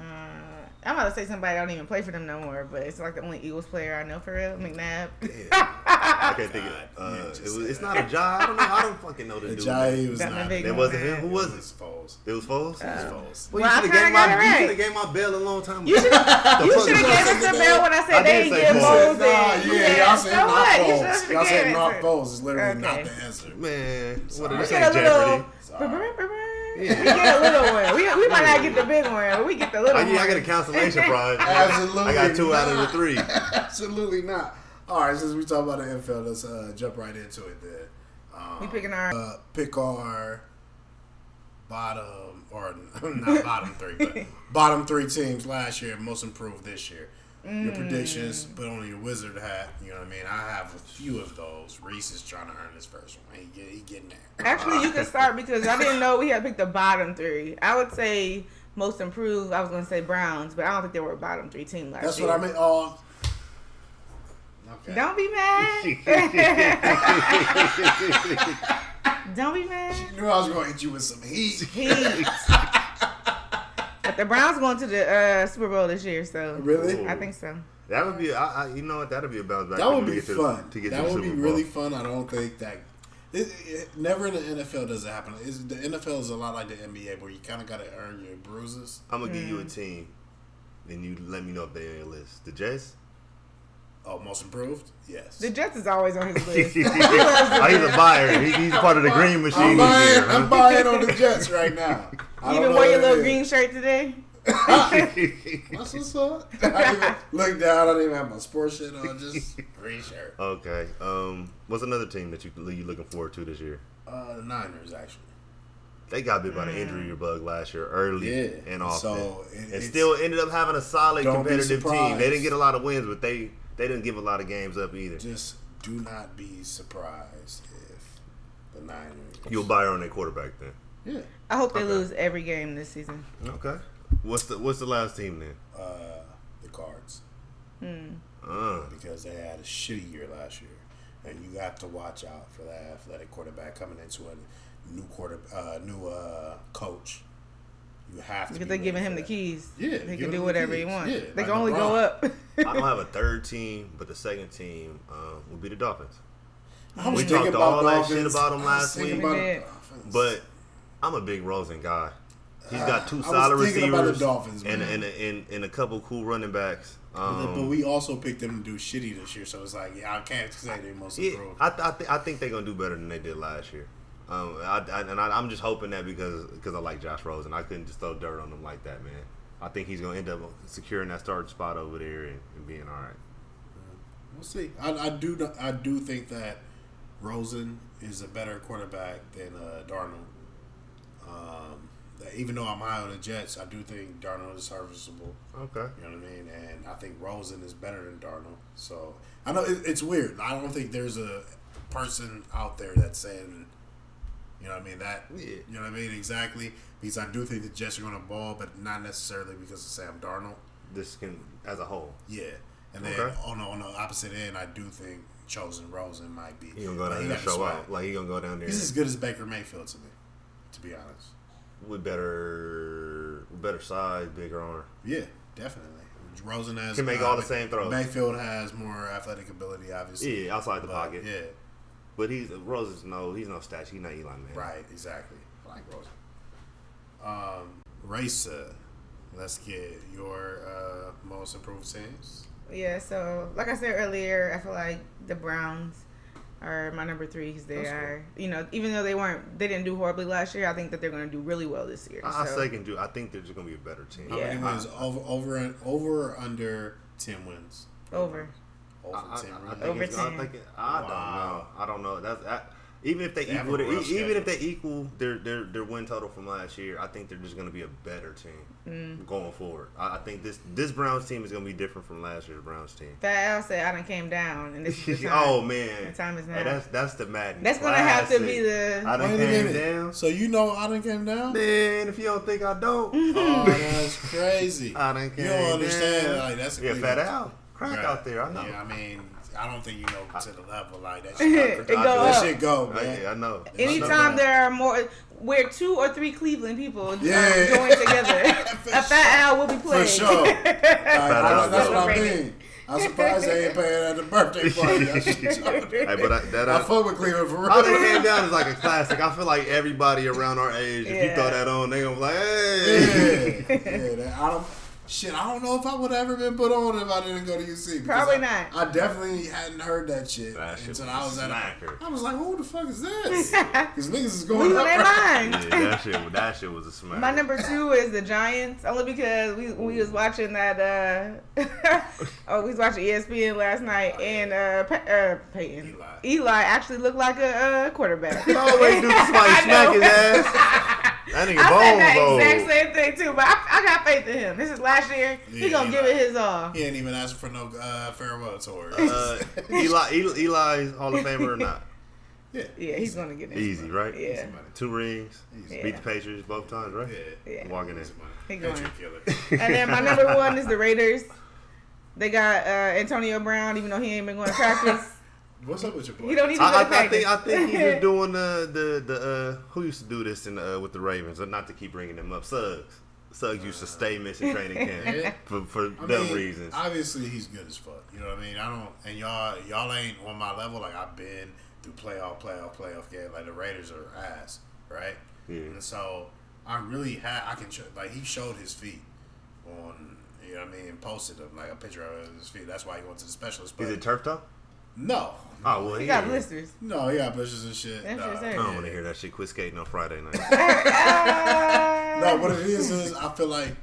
B: Uh, I'm about to say somebody I don't even play for them no more, but it's like the only Eagles player I know for real, McNabb.
C: I can't think. Of,
A: God, you
C: uh,
A: just
C: it was,
A: said
C: it's
A: that.
C: not a Jai. I don't know. I don't fucking know the
A: The
C: dude.
A: Jai was
B: That my
A: not.
B: big
A: it
C: It
A: was
C: wasn't him. Who was it?
A: Foles.
C: It was Foles.
A: It was
B: Uh,
A: Foles.
C: Well,
B: Well, I
C: you should have gave
B: kinda
C: my
B: got it
C: you
B: right.
C: should have gave my bell a long time ago.
B: You should have
C: The fuck
B: gave
C: is that?
B: us the bell when I said
C: I
B: they
C: did say
B: didn't give
C: Foles.
B: Foles.
A: Nah,
B: in.
A: yeah, y'all said
B: so
A: not
B: what? You
A: Foles.
B: should've
A: Y'all said
B: gave
A: not
B: it to-
A: Foles. It's literally not
B: Okay.
A: the answer.
C: man. What did
A: Sorry.
C: you
B: We
C: say,
B: get a little.
C: Jeopardy?
A: Sorry.
B: We get a little one. We, we might not get the big one, but we get the little
C: I,
B: one.
C: yeah, I got a cancellation prize.
A: Absolutely.
C: I got two out of the
A: not.
C: three.
A: Absolutely not. All right, since we talk about the NFL, let's uh, jump right into it then. Um,
B: We picking our-
A: uh, pick our bottom or not bottom three, but bottom three teams last year, most improved this year. Your predictions, put on your wizard hat. You know what I mean. I have a few of those. Reese is trying to earn his first one. He, get, he getting there.
B: Actually, you can start because I didn't know we had picked the bottom three. I would say most improved. I was going to say Browns, but I don't think they were a bottom three team last
A: That's
B: year.
A: what I mean. All okay.
B: Don't be mad. don't be mad.
A: You knew I was going to hit you with some heat.
B: Heat. but the Browns going to the uh, Super Bowl this year, so
A: Really?
B: I think so.
C: That would be, I, I, you know what? That'd be a bounce back.
A: That would
C: to
A: be
C: get to the-
A: fun.
C: to get
A: that
C: to the
A: would be
C: Super Bowl.
A: really fun. I don't think that. It, it, never in the NFL does it happen. It's, the NFL is a lot like the NBA where you kind of got to earn your bruises.
C: I'm gonna give you a
A: Mm.
C: team, and you let me know if they're on your list. The Jets.
A: Oh, most improved? Yes.
B: The Jets is always on his
C: oh,
B: list.
C: he's a buyer. He, he's part of the green machine.
A: I'm
C: this
A: buying,
C: year, huh?
A: I'm buying on the Jets right now. I
B: You
A: don't
B: even
A: know
B: wore
A: what
B: your
A: it
B: little
A: is.
B: green shirt today.
A: That's what's up. I even look down. I don't even have my sports shit on. Just green shirt.
C: okay. Um, what's another team that you you looking forward to this year?
A: Uh, the Niners actually.
C: They got bit by the injury
A: Mm.
C: bug last year early
A: Yeah.
C: and often,
A: So, it-
C: and
A: it's-
C: still ended up having a solid
A: Don't be
C: competitive team. They didn't
A: surprised.
C: get a lot of wins, but they they didn't give a lot of games up either.
A: Just do not be surprised if the Niners.
C: You'll buy her on their quarterback then.
A: Yeah.
B: I hope they
C: Okay.
B: lose every game this season.
C: Okay. What's the What's the last team then?
A: Uh, the cards.
C: Uh,
A: because they had a shitty year last year, and you have to watch out for that athletic quarterback coming into a new quarter, uh, new uh, coach. You have to.
B: Because
A: be
B: they're giving
A: ready
B: him
A: for
B: the
A: that.
B: keys.
A: Yeah,
B: He
A: give him
B: can do
A: the
B: whatever he
A: keys.
B: wants.
A: Yeah,
B: they
A: like
B: can only go
A: LeBron.
B: up.
C: I don't have a third team, but the second team uh, would be the Dolphins.
A: I was
C: We
A: thinking
C: talked
A: about
C: all that shit
A: Dolphins.
C: about him
A: I was
C: last
A: thinking
B: week.
A: about
B: We
A: the
B: did.
A: Dolphins.
C: But I'm a big Rosen guy. He's got
A: I
C: two
A: was
C: solid
A: thinking about the
C: receivers
A: Dolphins,
C: and,
A: man.
C: and, and, and a couple cool running backs. Um,
A: but we also picked them to do shitty this year, so it's like yeah, I can't say they most
C: yeah,
A: improved.
C: I, th- I, th- I think they're gonna do better than they did last year. Um, I, I, and I, I'm just hoping that because because I like Josh Rosen, I couldn't just throw dirt on him like that, man. I think he's gonna end up securing that starting spot over there and, and being all right.
A: We'll see. I, I do. I do think that Rosen is a better quarterback than uh, Darnold. Um, that even though I'm high on the Jets, I do think Darnold is serviceable.
C: Okay.
A: You know what I mean? And I think Rosen is better than Darnold. So I know it, it's weird. I don't think there's a person out there that's saying, you know what I mean? That
C: Yeah.
A: you know what I mean exactly because I do think the Jets are going to ball, but not necessarily because of Sam Darnold.
C: This can as a whole.
A: Yeah, and then
C: Okay.
A: on, the, on the opposite end, I do think Chosen Rosen might be.
C: He gonna go
A: but
C: down
A: he
C: there
A: got the
C: and show
A: swag.
C: out. Like he gonna go down there
A: He's as good as Baker Mayfield to me, to be honest.
C: with better, with better size, bigger arm.
A: Yeah, definitely. Rosen has uh,
C: Can make all the same throws.
A: Mayfield has more athletic ability, obviously.
C: Yeah, outside the
A: But,
C: pocket.
A: Yeah,
C: But he's Rosen's no, he's no statue. He's not Eli man.
A: right, exactly. I like Rosen. Um, Racer, let's get your uh, most improved teams.
B: Yeah, so like I said earlier, I feel like the Browns are my number three 'cause they
C: That's cool.
B: are, you know, even though they weren't, they didn't do horribly last year. I think that they're going to do really well this year.
C: I, I
B: so.
C: second you. I think they're just gonna be a better team.
A: How
B: Yeah.
A: many wins? Over, over, and over, or under ten wins.
B: Over.
A: Over
C: I, I,
A: ten.
C: I
A: wins?
C: think it's- I
B: Overton.
C: think it-
A: Wow.
C: I don't know. I don't know. That's that. Even if they,
A: They have
C: equal,
A: a
C: their,
A: rough
C: e- even
A: schedule.
C: if they equal their, their their win total from last year, I think they're just going to be a better
B: Mm.
C: team going forward. I, I think this this Browns team is going to be different from last year's Browns team.
B: Fat Al said I done came down, and this is the time.
C: oh man,
B: The time is now.
C: Hey, that's that's the Madden.
B: That's gonna have to be
C: Classic.
B: the-
C: I done
A: Wait a
C: came
A: minute.
C: down.
A: So you know I done came down?
C: Man, if you don't think I don't,
B: Mm-hmm.
A: Oh, that's crazy.
C: I done
A: You
C: came
A: don't understand.
C: down.
A: Like, that's a
C: yeah,
A: Cleveland
C: fat out, crack
A: Right.
C: out there. I know.
A: Yeah, I mean, I don't think you know to the level like that.
B: It
A: Shit,
B: go
A: that
B: up.
A: shit go,
C: I,
A: man.
C: Oh, I know.
B: Anytime there are more, where two or three Cleveland people
A: Yeah.
B: um, join together,
A: For
B: a fat Al will be
A: For
B: playing.
A: sure. Like,
C: out
A: that's, that's what I
B: go.
A: mean. I'm surprised they ain't paying at the birthday party. That shit's
C: Hey,
A: hard.
C: but I, that
A: I
C: I,
A: fuck with Cleveland for
C: I done
A: real.
C: came down is like a classic. I feel like everybody around our age, if you
B: Yeah.
C: throw that on, they gonna be like, hey.
A: Yeah, yeah. That, I don't. Shit, I don't know if I would have ever been put on if I didn't go to UC. because
B: Probably
A: I,
B: not.
A: I definitely hadn't heard that shit
C: That shit
A: until
C: was
A: I was at.
C: smacker.
A: A, I was like, "Who the fuck is this?" Because niggas is going
B: Losing
A: up.
B: their
A: right-
B: mind.
C: Yeah, that shit, that shit was a smash.
B: My number two is the Giants, only because we we was watching that. Uh, oh, we was watching ESPN last
C: Oh,
B: night, and uh, Pa- uh Peyton
A: Eli.
B: actually looked like a uh, quarterback.
C: He always do somebody
B: I
C: smack
B: know.
C: his ass. That
B: I
C: nigga
B: said that
C: bones
B: exact
C: old.
B: same thing too, but I, I got faith in him. This is last year.
A: Yeah,
B: he gonna give
A: Eli.
B: it his all.
A: He ain't even asking for no uh, farewell tour.
C: Uh, Eli, Eli, Eli's Hall of Famer or not?
A: yeah,
B: Yeah, he's gonna get it.
C: Easy, right?
B: Yeah,
C: Two rings.
A: Yeah.
C: Beat the Patriots both times, right?
A: yeah.
B: yeah.
C: Walking in.
B: He going.
A: Patriot killer.
B: And then my number one is the Raiders. They got uh, Antonio Brown, even though he ain't been going to practice.
A: What's up with your boy?
B: He don't even
C: I,
B: go to
C: I, I think I
B: practice.
C: think he's been doing the the the uh, who used to do this in uh, with the Ravens. Not to keep bringing them up, Suggs. Suggs used to stay missing training camp
A: Yeah.
C: for for
A: I
C: dumb
A: mean,
C: reasons.
A: Obviously, he's good as fuck. You know what I mean? I don't. And y'all, y'all ain't on my level. Like I've been through playoff, playoff, playoff game. Like the Raiders are ass, right?
C: Yeah.
A: And so I really had. I can show, like he showed his feet on. You know what I mean? And posted them like a picture of his feet. That's why he went to the specialist. But
C: Is it turf toe?
A: no,
C: Oh well,
B: He
C: yeah.
B: got blisters.
A: no, he got blisters and shit.
B: That's
A: Nah.
B: what I'm
C: I
B: saying.
C: don't want to hear that shit. Quit skating on Friday night.
A: No, what it is is I feel like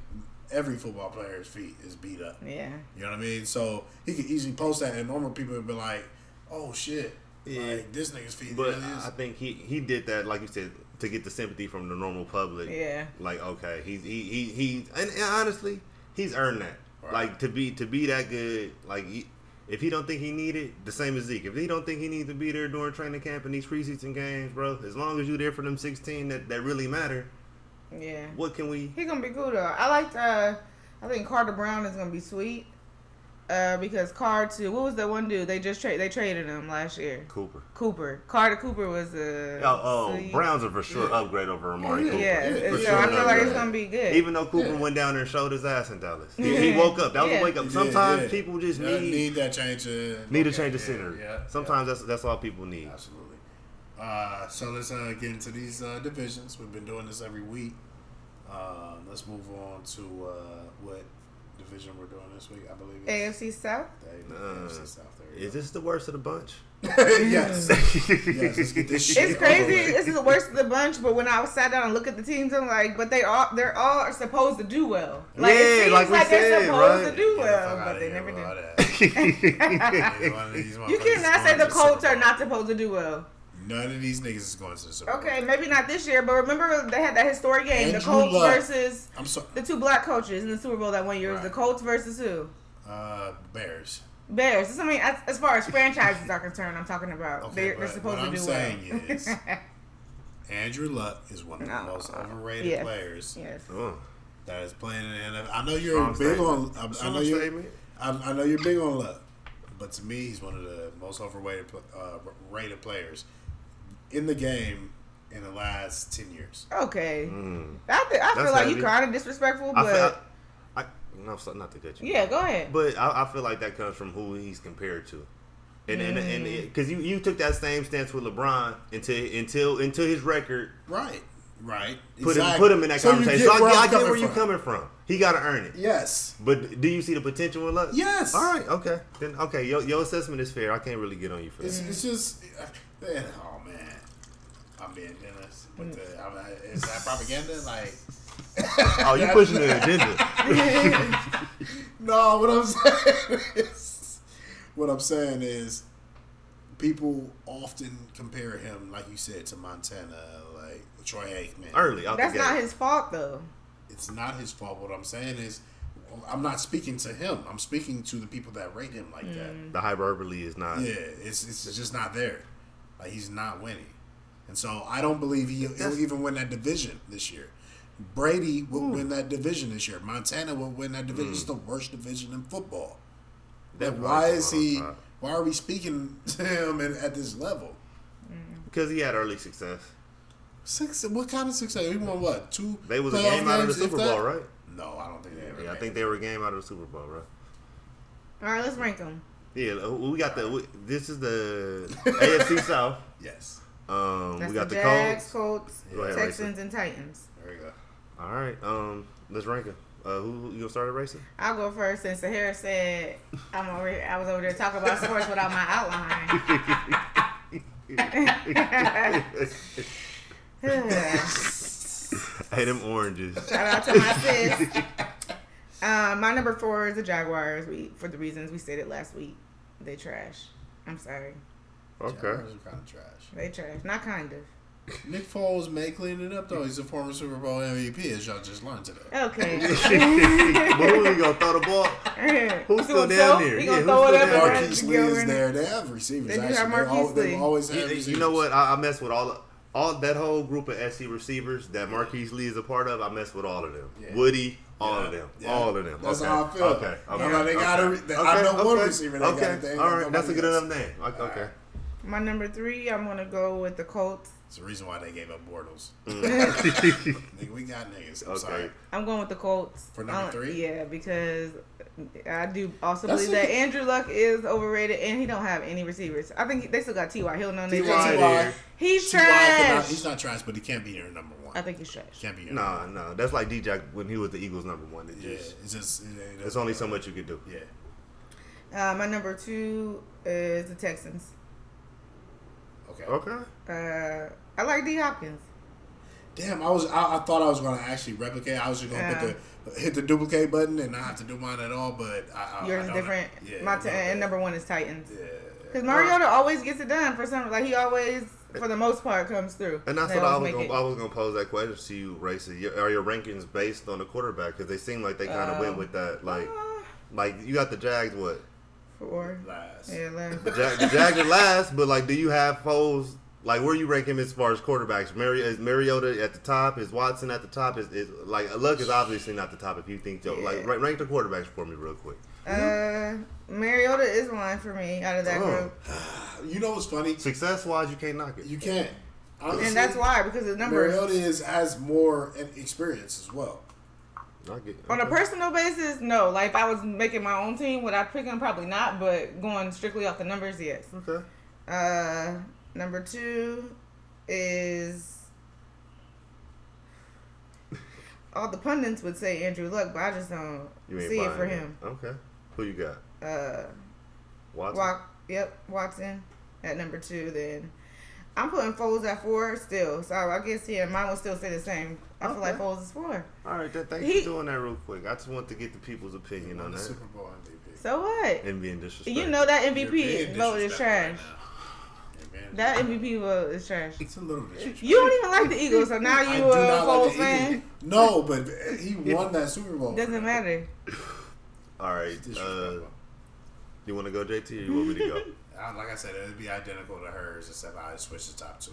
A: every football player's feet is beat up.
B: Yeah.
A: You know what I mean? So he could easily post that, and normal people would be like, "Oh shit,
C: Yeah.
A: like this nigga's feet."
C: But
A: really is.
C: I think he he did that, like you said, to get the sympathy from the normal public.
B: Yeah.
C: Like okay, he's he he he, and, and honestly, he's earned that.
A: Right.
C: Like to be to be that good, like he, if he don't think he need it, the same as Zeke. If he don't think he needs to be there during training camp and these preseason games, bro, as long as you there for them sixteen that that really matter,
B: Yeah.
C: what can we?
B: He gonna be cool though. I liked. Uh, I think Carter Brown is gonna be sweet. Uh, because Carr too. What was that one dude? They just trade. They traded him last year.
C: Cooper.
B: Cooper. Carter Cooper was a.
C: Oh, oh
B: sweet-
C: Browns are for sure upgrade over Amari.
A: Yeah.
C: Cooper.
B: Yeah.
A: Yeah,
B: and
A: for
B: so
A: sure.
B: I feel like it's
C: Yeah.
B: gonna be good.
C: Even though Cooper
A: Yeah.
C: went down there and showed his ass in Dallas, he, he
B: Yeah.
C: woke up. That was
B: Yeah.
C: a wake up.
A: Yeah,
C: Sometimes
A: yeah.
C: people just
A: Yeah,
C: need
A: that change. Of,
C: Need a
A: okay,
C: change of
A: yeah,
C: scenery.
A: Yeah, yeah,
C: Sometimes that's that's all people need.
A: absolutely. Uh, so let's uh, get into these uh, divisions. We've been doing this every week. Um, let's move on to uh, what division we're doing this week. I believe it's
B: AFC South.
A: the
C: Uh,
A: AFC South. There you
C: Is this the worst of the bunch?
A: go. yes. yes. Let's get this shit
B: It's
A: over
B: crazy.
A: with.
B: This is the worst of the bunch. But when I sat down and looked at the teams, I'm like, but they all they're all supposed to do well. Like
C: Yeah,
B: it seems
C: like
B: like,
C: we
B: they're
C: said,
B: supposed
C: right?
B: to do
A: Get the
B: well,
A: fuck
B: uh, but
A: outta
B: they
A: here
B: never
A: with all
B: do.
A: that. Nigga,
B: you
A: one of these motherfuckers is
B: cannot say
A: going
B: the
A: to Super
B: Colts are
A: Bowl.
B: not supposed to do well.
A: None of these niggas is going to the Super Bowl.
B: Okay, maybe not this year, but remember they had that historic game, the
A: Andrew
B: Colts
A: Luck.
B: versus
A: I'm sorry.
B: the two black coaches in the Super Bowl that one year. It was the
A: Right.
B: Colts versus who?
A: Uh, Bears.
B: Bears. So, I mean, as, as far as franchises are concerned, I'm talking about
A: Okay,
B: they're,
A: but
B: they're supposed
A: what
B: to
A: I'm
B: do
A: saying
B: well.
A: is- Andrew Luck is one of the
B: No.
A: most overrated
B: Yes.
A: players
B: yes.
C: Oh,
A: that is playing in the NFL. I know you're
C: Strong
A: big
C: statement.
A: on. I, I
C: Strong
A: know you.
C: statement.
A: I, I know you're big on Luck, but to me, he's one of the most overrated pl- uh, rated players in the game in the last ten years.
B: Okay.
C: Oh. Mm.
B: I, th- I feel
C: That's
B: like you
C: heavy.
B: kind of disrespectful,
C: I
B: but
C: feel, I, I, no, I'm sorry, not to cut you.
B: yeah, go ahead.
C: But I, I feel like that comes from who he's compared to, and and and
A: Mm.
C: because you, you took that same stance with LeBron until until until his record
A: Right. Right.
C: put him
A: Exactly.
C: put him in that
A: So you get
C: conversation. So I,
A: where
C: get- I
A: I'm
C: get where
A: coming
C: you
A: from.
C: coming from. He got to earn it.
A: Yes.
C: But do you see the potential in luck?
A: Yes.
C: All right. Okay. Then okay. Your, your assessment is fair. I can't really get on you for that.
A: It's, it's just, man, oh man, I'm being generous with the. I'm, uh, is that propaganda? Like,
C: Oh, you pushing the agenda.
A: no. What I'm saying is, what I'm saying is, people often compare him, like you said, to Montana, like Troy Aikman.
C: Early, out the
B: That's
C: gate.
B: not his fault though.
A: It's not his fault. What I'm saying is, I'm not speaking to him. I'm speaking to the people that rate him like that.
C: The hyperbole is not.
A: Yeah, it's it's just not there. Like he's not winning, and so I don't believe he, he'll even win that division this year. Brady will win that division this year. Montana will win that division. It's the worst division in football.
C: Mm. That
A: Like, why
C: probably
A: is
C: going on
A: he?
C: top.
A: Why are we speaking to him and at this level?
C: Because he had early success.
A: Six? What kind of success? He won what? Two?
C: They was a
A: playoff
C: game out of the
A: games, if
C: Super
A: that?
C: Bowl, right?
A: No, I don't think they ever.
C: Yeah, I
A: made
C: think
A: it.
C: they were a game out of the Super Bowl, right?
B: All right, let's rank him.
C: Yeah, uh, we got the. We, this is the AFC South.
A: Yes.
C: Um,
B: That's
C: we got
B: the
C: the,
B: Jags,
C: Colts.
B: Colts,
C: Go ahead,
B: Texans,
C: Racer.
B: and Titans.
A: There we go.
C: All right, um, let's rank them. Uh, who, who you gonna start at racing?
B: I'll go first since Sahara said I'm over here, I was over there talking about sports without my outline.
C: hey, them oranges.
B: Shout out to my sis. Uh, my number four is the Jaguars. We for the reasons we stated last week. They trash. I'm sorry.
C: Okay.
A: Jaguars are kind of trash.
B: They trash. Not kind of.
A: Nick Foles may clean it up though. He's a former Super Bowl MVP, as y'all just learned today.
B: Okay.
C: but who you gonna throw the ball?
B: who's
C: still down there?
B: He
C: Yeah, who's
B: gonna
C: still down
B: throw it up and
C: there?
B: run
A: Marquise
B: to
A: Lee
B: get
A: is
B: rid of-
A: there. They have receivers.
B: They do have
A: actually. They've
B: Marquise
A: al-
B: Lee.
A: They've always had
C: You,
A: receivers.
C: you know what? I, I mess with all all that whole group of SC receivers that Marquise Lee is a part of. I mess with all of them.
A: Yeah.
C: Woody, all
A: Yeah.
C: of them,
A: Yeah.
C: all of them.
A: That's
C: okay.
A: how I feel.
C: Okay. okay.
A: You know, they got
C: okay.
A: a re- I know one receiver they got
C: okay.
A: it, they ain't
C: all
A: got
C: right, that's a
A: nobody else.
C: good enough name. Okay.
A: All right.
C: okay.
B: My number three, I'm gonna go with the Colts.
A: It's the reason why they gave up Bortles. Nigga, we got niggas. I'm
C: Okay.
A: sorry.
B: I'm going with the Colts
A: For number
B: Uh,
A: three?
B: Yeah, because I do also
A: That's
B: believe
A: a-
B: that Andrew Luck is overrated and he don't have any receivers. I think they still got T.Y. Hill. No,
A: T.Y.
B: nigga.
C: T.Y.
A: T.Y.
B: He's
A: cannot-
B: trash.
A: He's not trash, but he can't be your number one.
B: I think he's trash.
A: can't be your number
C: Nah,
A: one.
C: nah. That's like D-Jack when he was the Eagles' number one. It
A: Yeah,
C: just,
A: it's just. It, it
C: There's only so much you could do.
A: Yeah.
B: Uh, my number two is the Texans.
A: Okay.
C: Okay.
B: Uh, I like D Hopkins.
A: Damn, I was. I, I thought I was gonna actually replicate. I was just gonna hit the hit the duplicate button and not have to do mine at all. But I, Oh, I,
B: Yours
A: I
B: is
A: don't
B: different.
A: know. Yeah.
B: my
A: a
B: t-
A: little
B: and
A: bit.
B: number one is Titans.
A: Yeah.
B: Because Mariota always gets it done for some. Like he always, for the most part, comes through.
C: And that's
B: They
C: what I was
B: always
C: gonna,
B: make
C: I
B: it.
C: was gonna pose that question to you, Racy. Your- Are your rankings based on the quarterback? Because they seem like they kind of went
B: Um,
C: with that. Like,
B: Uh,
C: like you got the Jags. What
B: four.
A: Last.
B: Yeah, last.
C: the, Jag, the Jags are last, but like, do you have polls? Like, where you rank him as far as quarterbacks? Mari, is Mariota at the top? Is Watson at the top? Is, is like Luck is obviously not the top. If you think so, like
B: Yeah.
C: ra- rank the quarterbacks for me real quick.
B: Uh, Mariota is one for me out of that
C: Oh.
B: group,
A: You know what's funny?
C: Success wise, you can't knock it.
A: You can't. Honestly,
B: and that's why because the numbers
A: Mariota is has more an- experience as well.
C: I get-
B: on a
C: okay.
B: personal basis, no. Like if I was making my own team, would I pick him? Probably not. But going strictly off the numbers, yes.
C: Okay.
B: Uh, number two is. All the pundits would say Andrew Luck, but I just don't
C: You ain't
B: see it
C: buying
B: for him.
C: Okay. Who you got?
B: Uh,
C: Watson.
B: Walk, yep, Watson at number two. Then I'm putting Foles at four still. So I guess yeah, mine will still stay the same. I feel like
C: Okay.
B: Foles is four.
C: All right, that, thanks
B: He-
C: for doing that real quick. I just want to get the people's opinion on
A: the
C: that
A: Super Bowl MVP.
B: So what?
C: and being disrespectful.
B: You know that
A: You're being
B: MVP vote is trash.
A: disrespectful right now. You're being
B: That
A: disrespectful.
B: MVP vote is trash.
A: It's a little disrespectful.
B: You don't even like the Eagles, so now
A: I
B: you
A: do
B: a
A: not
B: Foles
A: like the Eagles.
B: fan.
A: No, but he won that Super Bowl.
B: Doesn't matter.
C: All right, uh,
A: Disrespectful.
C: you want to go, JT, or you want me to go?
A: Uh, like I said, it'd be identical to hers, except I switched the top two.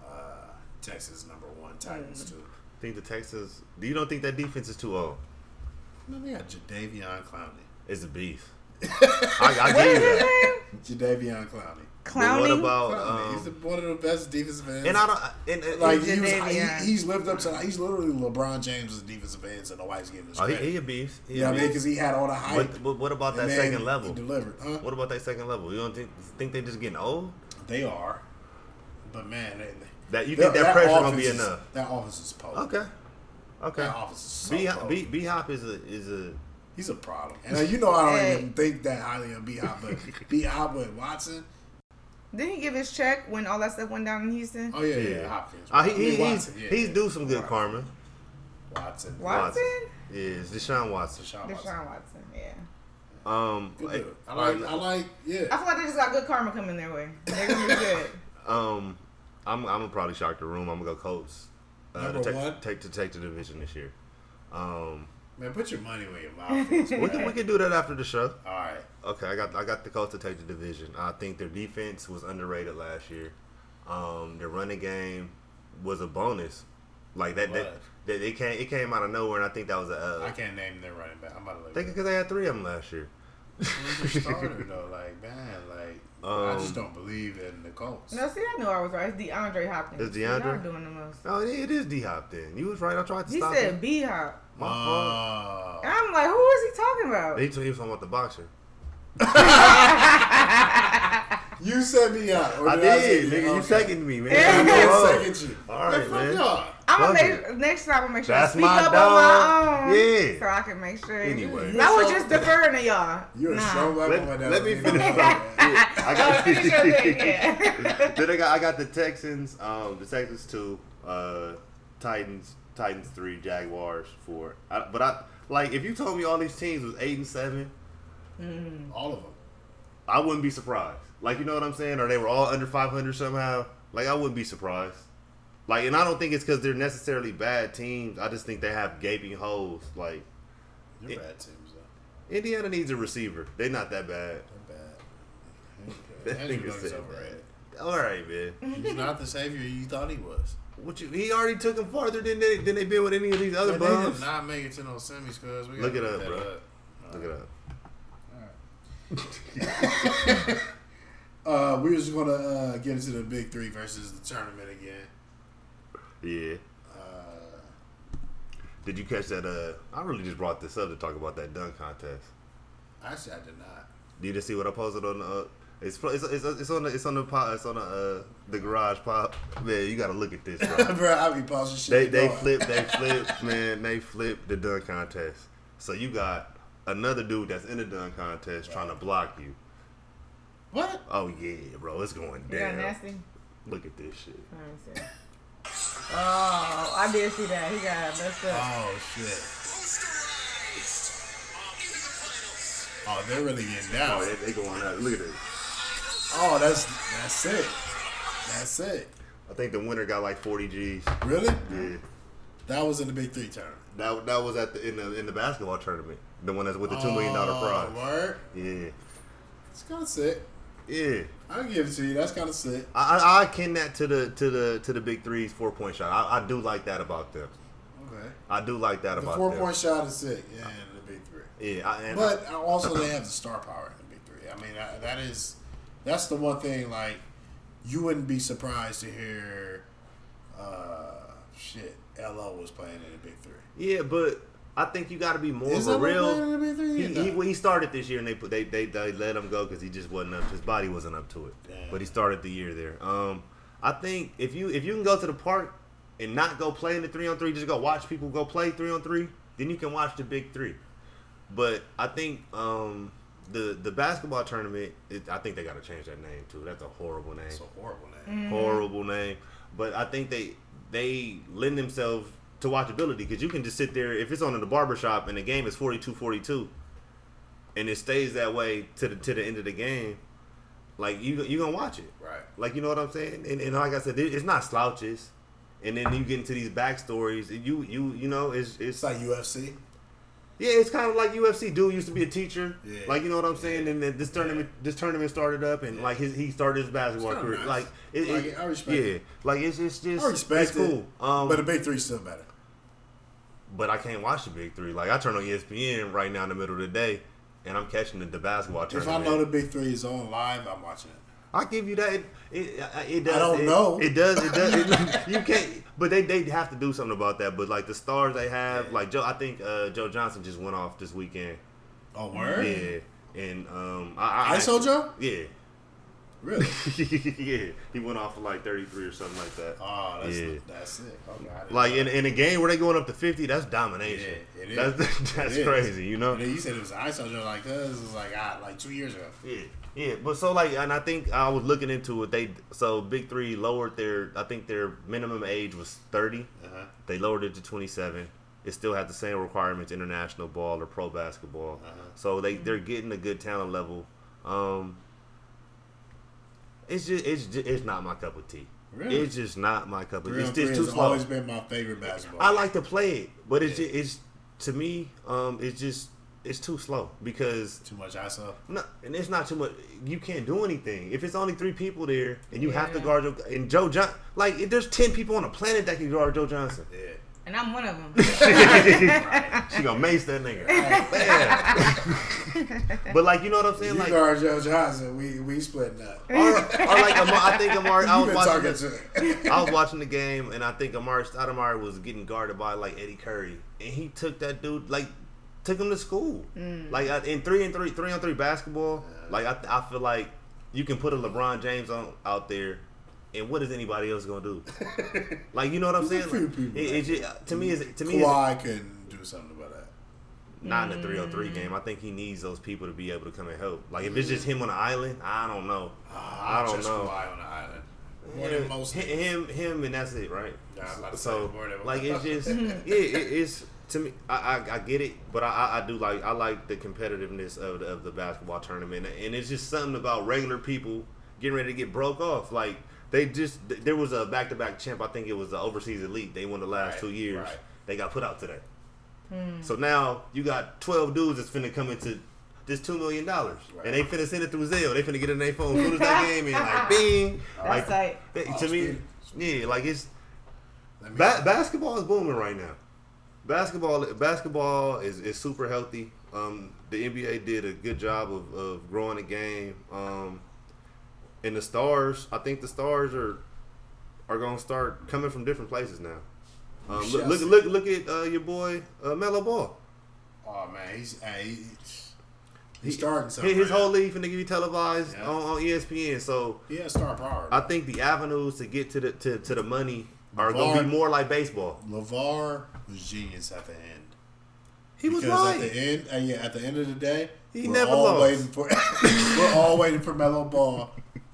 A: Uh, Texas number one,
B: Mm.
A: Titans two.
C: I think the Texans. Do you don't think that defense is too old?
A: And then they got Jadavion Clowney.
C: It's a beef. I, I
B: What
C: give
B: is
C: you
B: his
C: that.
B: name?
A: Jadavion Clowney.
C: But what
B: Clowning.
C: about
A: Clowney.
C: um,
A: he's the, one of the best defensive ends.
C: and I don't and,
A: like
C: and like
A: he was,
B: Jadavion.
A: he, he's lived up to. He's literally LeBron James's defensive ends, and nobody's giving his
C: oh, he,
A: credit.
C: he a beef. He
A: you know
C: a
A: what I mean?
C: beef.
A: Because he had all the hype.
C: But, but what
A: and
C: about that
A: then
C: second
A: He
C: level?
A: delivered. Huh?
C: What about that second level? You don't think think they just getting old?
A: They are, but man, they,
C: That you think that, pressure gonna be
A: offense is-
C: enough?
A: That offense is potent.
C: Okay. Okay.
A: That offense is so
C: B
A: potent.
C: B B Hop is a is a
A: He's a problem. And uh, you know I don't
B: Hey.
A: even think that highly of B Hop, but B Hop with Watson.
B: Didn't he give his check when all that stuff went down in Houston?
A: Oh yeah, yeah,
C: yeah.
A: Hopkins.
C: Uh, he,
A: I
C: he,
A: mean,
C: he's
A: Watson, yeah,
C: he's
A: yeah.
C: do some good karma.
A: Watson.
B: Watson?
C: Yeah, it's Deshaun Watson.
A: Deshaun Watson.
B: Deshaun Watson. Yeah.
C: Um,
A: Good
C: like,
A: dude. I like.
C: or-
A: I like.
B: I
A: Yeah.
B: feel like they just got good karma coming their way. They're gonna be good.
C: um, I'm I'm gonna probably shock the room. I'm gonna go Colts. Uh, to
A: Number
C: take,
A: one?
C: take to take the division this year. Um,
A: Man, put your money where your mouth is.
C: we can we can do that after the show.
A: All right.
C: Okay, I got I got the Colts to take the division. I think their defense was underrated last year. Um, their running game was a bonus. Like that, that,
A: Was.
C: that it came it came out of nowhere, and I think that was a.
A: I
C: Uh,
A: can't name their running back. I'm about to look.
C: think because they had three of them last year.
A: Who's the starter though? Like man, like I
C: Um,
A: just don't believe in the Colts.
B: No, see, I knew I was right. It's DeAndre Hopkins.
C: It's
B: See, y'all
C: DeAndre?
B: doing the most.
C: Oh, it- it is D Hop. Then you was right. I tried to
B: He
C: stop
B: said
C: him.
B: B Hop.
A: Uh,
C: My fault.
A: Oh.
B: And I'm like, who is he talking about?
C: He, t- he was talking about the boxer.
A: You set me up. or
C: I did,
A: set
C: nigga. You
A: okay.
C: seconded me,
A: I
C: man.
A: did
C: Oh.
A: second you.
C: All right,
A: fuck
C: man.
A: y'all.
B: I'm gonna
C: Fuck
B: make next time. I'm gonna make sure
C: That's
B: I speak
C: my
B: up on
C: dog.
B: my own.
C: Yeah.
B: So I can make sure.
C: Anyway.
B: I was just deferring to y'all.
A: You're
B: nah.
A: a show black
C: Let-
A: woman.
C: let me finish. I
B: Oh,
C: got
B: finish your thing, yeah.
C: then I got I got the Texans, um, the Texans two, uh, Titans, Titans three, Jaguars four. I, but I like if you told me all these teams was eight and seven,
A: All of them.
C: I wouldn't be surprised. Like you know what I'm saying, or they were all under 500 somehow. Like I wouldn't be surprised. Like, and I don't think it's because they're necessarily bad teams. I just think they have gaping holes. Like
A: You're
C: Yeah.
A: bad teams though.
C: Indiana needs a receiver. They're not that bad.
A: They're bad.
C: That
A: Andrew
C: nigga
A: Luck is
C: said
A: overrated.
C: All right, man.
A: He's not the savior you thought he was.
C: What you? He already took them farther than they than they been with any of these other
A: But they did
C: bums.
A: not make it to no semis, cause we gotta
C: Look it
A: look
C: up,
A: that
C: bro.
A: All
C: Look it up.
A: Uh, we're just gonna uh, get into the big three versus the tournament again.
C: Yeah.
A: Uh,
C: Did you catch that? Uh, I really just brought this up to talk about that dunk contest.
A: actually, I did not.
C: Did you just see what I posted on? Uh, it's pro- it's it's, it's on the it's on the pod, it's on the uh, the garage pop. Man, you gotta look at this. Bro.
A: bro, I be pausing shit.
C: they
A: and
C: they
A: going.
C: flip they flip man they flip the dunk contest. So you got another dude that's in the dunk contest trying to block you.
A: What?
C: Oh yeah, bro, it's going
B: You got
C: down.
B: nasty.
C: Look at this shit.
B: Let me see. Oh, I did see that. He got messed up.
A: Oh shit! Oh, they're really getting down.
C: Oh, they, they going out. Look at this.
A: Oh, that's that's it. That's it.
C: I think the winner got like 40 G's.
A: Really?
C: Yeah.
A: That was in the Big Three tournament.
C: That that was at the in the in the basketball tournament. The one that's with the two million dollar
A: Oh,
C: prize.
A: Word.
C: Yeah,
A: It's kind of sick.
C: yeah.
A: I'll give it to you. That's kind of sick.
C: I, I I akin that to the to the to the big threes four point shot. I, I do like that about them.
A: Okay.
C: I do like that
A: The
C: about
A: four
C: them.
A: point shot is sick in the Big Three.
C: Yeah, I, and
A: But also, they have the star power in the Big Three. I mean, that, that is that's the one thing. Like, you wouldn't be surprised to hear, uh, shit, LO was playing in the Big Three.
C: yeah, but I think you got to be more
A: Is
C: of a
A: LL
C: real.
A: playing in the Big Three?
C: He,
A: Yeah,
C: he,
A: no.
C: he started this year and they put they they, they let him go because he just wasn't up. His body wasn't up to it.
A: Damn.
C: But he started the year there. Um, I think if you if you can go to the park and not go play in the three on three, just go watch people go play three on three, then you can watch the big three. But I think um, the the basketball tournament, it, I think they got to change that name too. That's a horrible name
A: It's a horrible name.
C: horrible name. But I think they they lend themselves to watchability because you can just sit there if it's on in the barbershop and the game is 42-42 and it stays that way to the to the end of the game like you you gonna watch it
A: Right.
C: like you know what i'm saying and, and like i said it- it's not slouches and then you get into these backstories and you you you know it's
A: It's
C: it's
A: like UFC.
C: yeah, it's kind of like UFC. Dude used to be a teacher.
A: Yeah.
C: Like you know what I'm saying. And then this tournament, this tournament started up, and like his, he started his basketball
A: It's kinda
C: career.
A: nice.
C: Like, it,
A: Like,
C: it-
A: I respect
C: Yeah,
A: it.
C: like it's it's just
A: I respect
C: it's cool.
A: it,
C: Um,
A: but the
C: but
A: Big Three's still better.
C: I can't watch the big three. Like I turn on E ESPN right now in the middle of the day, and I'm catching the, the basketball
A: If
C: tournament.
A: I know the Big Three is on live, I'm watching it.
C: I give you that. It, it, I- it does.
A: don't
C: it,
A: know.
C: It does. It does. It, you can't. But they they have to do something about that. But like the stars they have, like Joe. I think uh, Joe Johnson just went off this weekend.
A: Oh, word?
C: Yeah. And um, I, I
A: ISO Joe?
C: Yeah.
A: Really?
C: yeah, he went off for like 33 or something like that.
A: Oh, that's
C: Yeah.
A: that's Oh, it. Okay, I didn't
C: Like
A: know.
C: in, in a game where they going up to 50, that's domination.
A: Yeah, it is.
C: That's that's
A: It is.
C: crazy, you know.
A: And then you said it was ISO Joe, like, cuz it was like, ah, like two years ago.
C: Yeah, yeah. But so like, and I think I was looking into it. They so Big Three lowered their. I think their minimum age was 30.
A: Uh-huh.
C: They lowered it to 27. it still has the same requirements international ball or pro basketball.
A: Uh-huh.
C: So they they're getting a good talent level. Um, it's just it's just, it's not my cup of tea.
A: Really?
C: It's just not my cup of tea.
A: Three
C: It's
A: on three
C: just too
A: has
C: slow.
A: always been my favorite basketball.
C: I like to play it, but it's
A: Yeah.
C: just, it's to me um it's just it's too slow because
A: too much ISO.
C: no, and it's not too much. You can't do anything if it's only three people there, and you have to
B: Yeah.
C: guard your and Joe John. Like if there's ten people on the planet that can guard Joe Johnson,
A: Yeah.
B: And I'm one of them.
C: she gonna mace that nigga. Man. but like you know what I'm saying?
A: You
C: Like, or,
A: guard Joe Johnson. We we splitting up. You
C: or like Amar, I think Amari. I was
A: been
C: watching.
A: talking
C: The,
A: to.
C: I was watching the game, and I think Amari Stoudemire was getting guarded by like Eddie Curry, and he took that dude like took him to school. Like I- in three and three, three on three basketball. Like I, I feel like you can put a LeBron James on out there, and what is anybody else gonna do? like you know what I'm
A: There's
C: saying?
A: a few people
C: It- it
A: out
C: just- to me, is to me, it's
A: Kawhi couldn't do something about that.
C: not in a three on three game. I think he needs those people to be able to come and help. Like if it's just him on the island, I don't know. I
A: Not
C: don't
A: Ah, just
C: know.
A: Kawhi on the island. More
C: Yeah,
A: than most.
C: hi- him, him, and that's it, right?
A: Yeah, I was about to
C: so,
A: say, more than-
C: like, it's just, yeah, it, it's to me. I, I, I get it, but I, I, I do like, I like the competitiveness of the, of the basketball tournament, and it's just something about regular people getting ready to get broke off. Like they just, th- there was a back to back champ. I think it was the overseas elite. They won the last
A: Right,
C: two years.
A: right.
C: They got put out today. So now you got twelve dudes that's finna come into. This two million dollars,
A: Right.
C: and they finna send it through Zelle. They finna get it in their phone as soon as that game in, like bing.
B: That's like,
C: That-
A: Oh,
C: to me,
A: speed.
C: yeah, like it's
A: Let me-
C: ba- basketball is booming right now. Basketball, basketball is, is super healthy. Um, the NBA did a good job of, of growing the game. Um, and the stars, I think the stars are are gonna start coming from different places now. Um, look, look, look, look at uh, your boy uh, Melo Ball.
A: Oh man, he's hey, he- he's,
C: He-
A: starting
C: His,
A: something.
C: his
A: right
C: whole
A: now.
C: league finna be televised
A: Yeah.
C: on, on E ESPN. So
A: he has star power.
C: I think the avenues to get to the to, to the money are gonna
A: Vaughn-
C: be more like baseball.
A: Levar was genius at the end.
C: He was
A: because
C: right.
A: at the end, uh, yeah, at the end of the day,
C: He never
A: all
C: lost.
A: waiting for we're all waiting for Melo Ball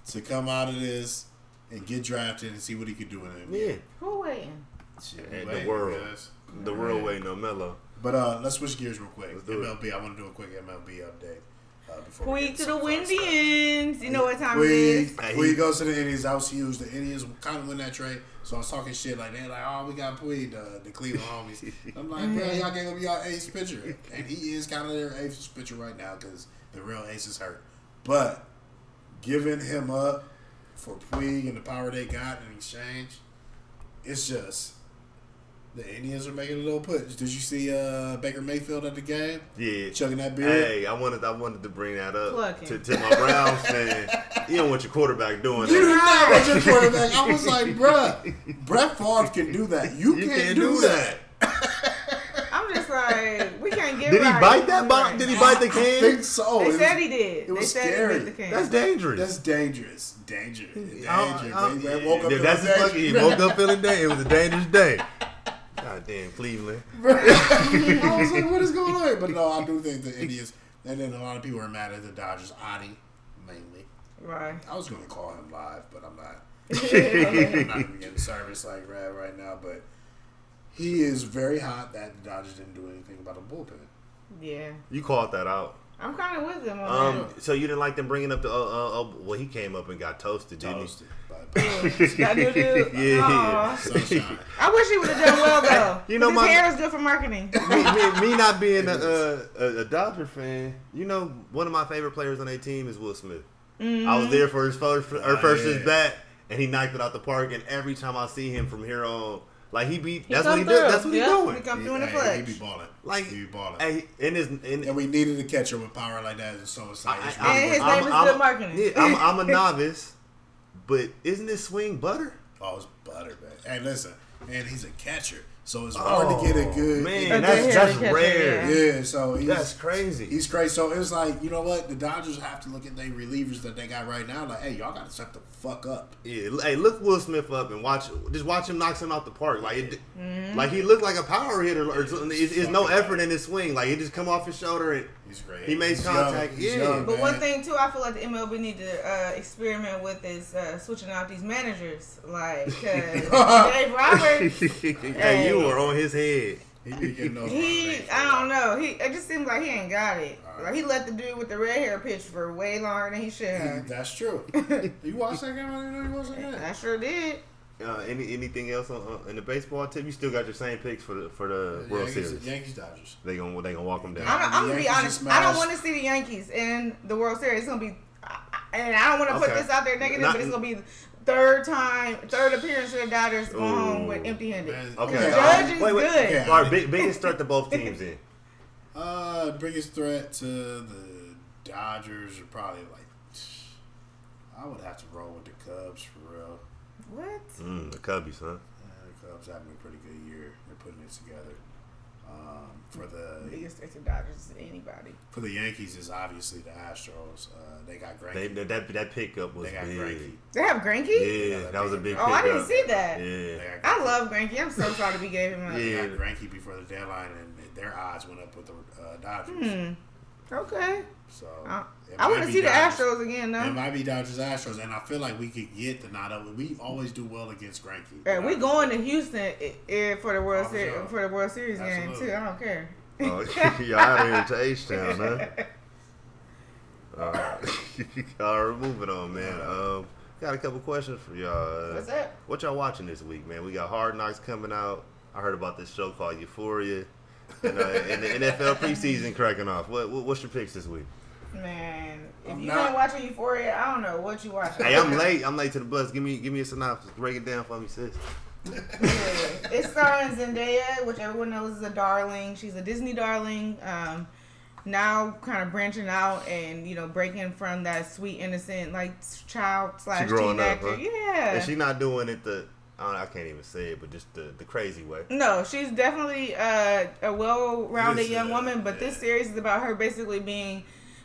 A: to come out of this and get drafted and see what he could do in the
C: Yeah,
A: NBA.
B: who waiting?
A: Shit,
C: the
A: waiting,
C: world.
A: guys.
C: the real way, no mellow.
A: But uh, let's switch gears real quick.
C: Let's do it.
A: MLB, I want to do a quick MLB update. Uh, before we
B: Queen
A: get
B: to the
A: some fun
B: windy
A: stuff.
B: ends. You know what time it
A: We
B: is.
C: Hey,
A: we
C: he-
A: goes to the Indians. I was huge. The Indians kind of win that trade, so I was talking shit like they're like, "Oh, we got Puig, the, the Cleveland homies." I'm like, "Bro, y'all gave up y'all ace pitcher, and he is kind of their ace pitcher right now because the real ace is hurt." But giving him up for Puig and the power they got in exchange, it's just the Indians are making a little push. Did you see uh, Baker Mayfield at the game
C: Yeah.
A: chugging that beer?
C: Hey, I wanted I wanted to bring that up
B: Plucking.
C: to, to my Browns fan. You don't want your quarterback doing
A: You
C: that.
A: did not want your quarterback. I was like, bruh, Brett Favre can do that. You,
C: You
A: can't, do, that.
B: I'm just like, we can't get
C: Did he
B: right.
C: bite that bomb?
B: Right.
C: Did he bite the
A: I
C: can?
A: think so.
B: They
A: It was-
B: said he
A: it
B: did.
A: was
B: they said
A: scary.
B: he bit the can.
C: That's dangerous.
A: That's dangerous. Dangerous. Dangerous.
C: I- I-
A: They- they woke up
C: Yeah,
A: to
C: that's
A: the
C: his
A: danger.
C: fucking. He woke up feeling day. It was a dangerous day. God damn, Cleveland.
A: I was like, what is going on? here? But no, I do think the Indians, and then a lot of people are mad at the Dodgers. Adi, mainly.
B: right.
A: I was going to call him live, but I'm not.
C: yeah,
A: I'm not even getting service like that right now, but he is very hot that the Dodgers didn't do anything about the bullpen.
B: Yeah.
C: you called that out.
B: I'm kind of with him on
C: Um, so you didn't like them bringing up the uh, uh, uh well, he came up and got toasted, didn't he?
A: Toasted by-
B: that. that dude, dude.
C: Yeah.
B: Aw.
A: Sunshine.
B: I wish he would have done well though.
C: You know,
B: his
C: my-
B: hair is good for marketing.
C: me, me, me not being a, uh, a, a Dodger fan, you know, one of my favorite players on their team is Will Smith. I
B: Mm-hmm.
C: was there for his first, or
A: Oh,
C: first
A: yeah.
C: his bat, and he knocked it out the park. And every time I see him from here on, like he be, that's
B: come
C: what he do,
B: through.
C: that's what
B: Yeah,
C: he
B: He
C: doing.
B: come through in the
A: Hey,
B: clutch.
A: He be balling.
C: Like,
A: he be balling.
C: hey, in his, in,
A: and we needed a catcher with power like that. And so it's
C: I-
A: like, it's
C: I-
A: really
B: And his
A: working.
B: name is good marketing.
C: Yeah, I'm, I'm a novice, but isn't this swing butter?
A: oh, it's butter, man. Hey, listen, and he's a catcher, so it's hard to get a good.
C: Oh, man.
B: A
C: That's
B: good
C: that's
B: catcher,
C: rare.
B: yeah.
A: yeah, so he's
C: That's crazy.
A: he's crazy. So it's like you know what the Dodgers have to look at their relievers that they got right now. Like, hey, y'all got to shut the fuck up.
C: Yeah, l- hey, look Will Smith up and watch. Just watch him knock him out the park. Like, it,
B: Mm-hmm.
C: like he looked like a power hitter. Or something. It's, it's no effort in his swing. Like it just come off his shoulder and
A: He's great.
C: He made
A: He's
C: contact,
A: young. He's
C: yeah.
A: young,
B: But one
A: man.
B: thing too, I feel like the MLB need to uh, experiment with is uh, switching out these managers, like 'cause Dave Roberts.
C: hey, you were on his head.
A: He be getting those.
B: He,
A: nominations.
B: I don't know. He, it just seems like he ain't got it. Like he let the dude with the red hair pitch for way longer than he should have.
A: That's true. you watch that game? I didn't know you watched that game.
B: I sure did.
C: Uh, any anything else on, uh, in the baseball tip? You still got your same picks for the for the World
A: Yankees,
C: Series.
A: Yankees, Dodgers.
C: They gonna they gonna walk them
B: I'm,
C: down.
B: I'm gonna be
A: Yankees
B: honest.
A: just
B: I don't
A: smashed.
B: want to see the Yankees in the World Series. It's gonna be, I- I- and I don't want to put
C: Okay.
B: this out there negative,
C: Not-
B: but it's gonna be third time, third appearance of the Dodgers going home with
C: Ooh.
B: empty-handed.
A: Man,
C: Okay.
B: The
A: uh,
B: judge is
C: wait, wait,
B: good.
A: okay.
C: All right, big, biggest threat to both teams in.
A: Uh, biggest threat to the Dodgers are probably like, I would have to roll with the Cubs for real.
B: What?
C: Mm, the Cubbies, huh?
A: Uh, the Cubs having a pretty good year. They're putting it together. Um, for the
B: Biggest threat to Dodgers is anybody.
A: for the Yankees is obviously the Astros. Uh, they got Granky.
C: They, that that that pickup was
A: They got
C: big.
A: Granky.
B: They have Granky.
C: Yeah, that was a big.
B: Oh, I didn't
C: pickup.
B: see that.
A: They
C: Yeah,
A: got
B: I
A: Greinke.
B: love Granky. I'm so sorry to be gave him up.
A: They
C: Yeah.
A: got Granky before the deadline, and their odds went up with the uh, Dodgers.
B: Okay.
A: So
B: Hmm. I,
A: it
B: I
A: might
B: want to
A: be
B: see the
A: Dodgers.
B: Astros again,
A: It
B: though.
A: might be Dodgers Astros, and I feel like we could get the nod up. We always do well against Granky.
B: And we going to Houston i- i- for the World
A: Oh, for sure.
B: Series for the World Series game
A: Absolutely.
B: too. I don't care.
C: oh, y'all out here to H Town, huh? All right, all right, moving on, man. Um, got a couple questions for y'all. Uh,
B: What's up?
C: What y'all watching this week, man? We got Hard Knocks coming out. I heard about this show called Euphoria, and, uh, and the NFL preseason cracking off. What, what what's your picks this week?
B: Man, if
A: I'm
B: you
A: not-
B: ain't watching Euphoria, I don't know what you watching.
C: Hey, I'm late. I'm late to the bus. Give me give me a synopsis. Break it down for me, sis.
B: It's starring Zendaya, which everyone knows is a darling. She's a Disney darling. Um, now kind of branching out and you know breaking from that sweet innocent like child slash
C: growing
B: teen
C: up, huh?
B: actor. Yeah.
C: And she not doing it the I, don't, I can't even say it, but just the the crazy way.
B: No, she's definitely uh, a well-rounded
A: This,
B: young
A: uh,
B: woman, but this
A: yeah.
B: series is about her basically being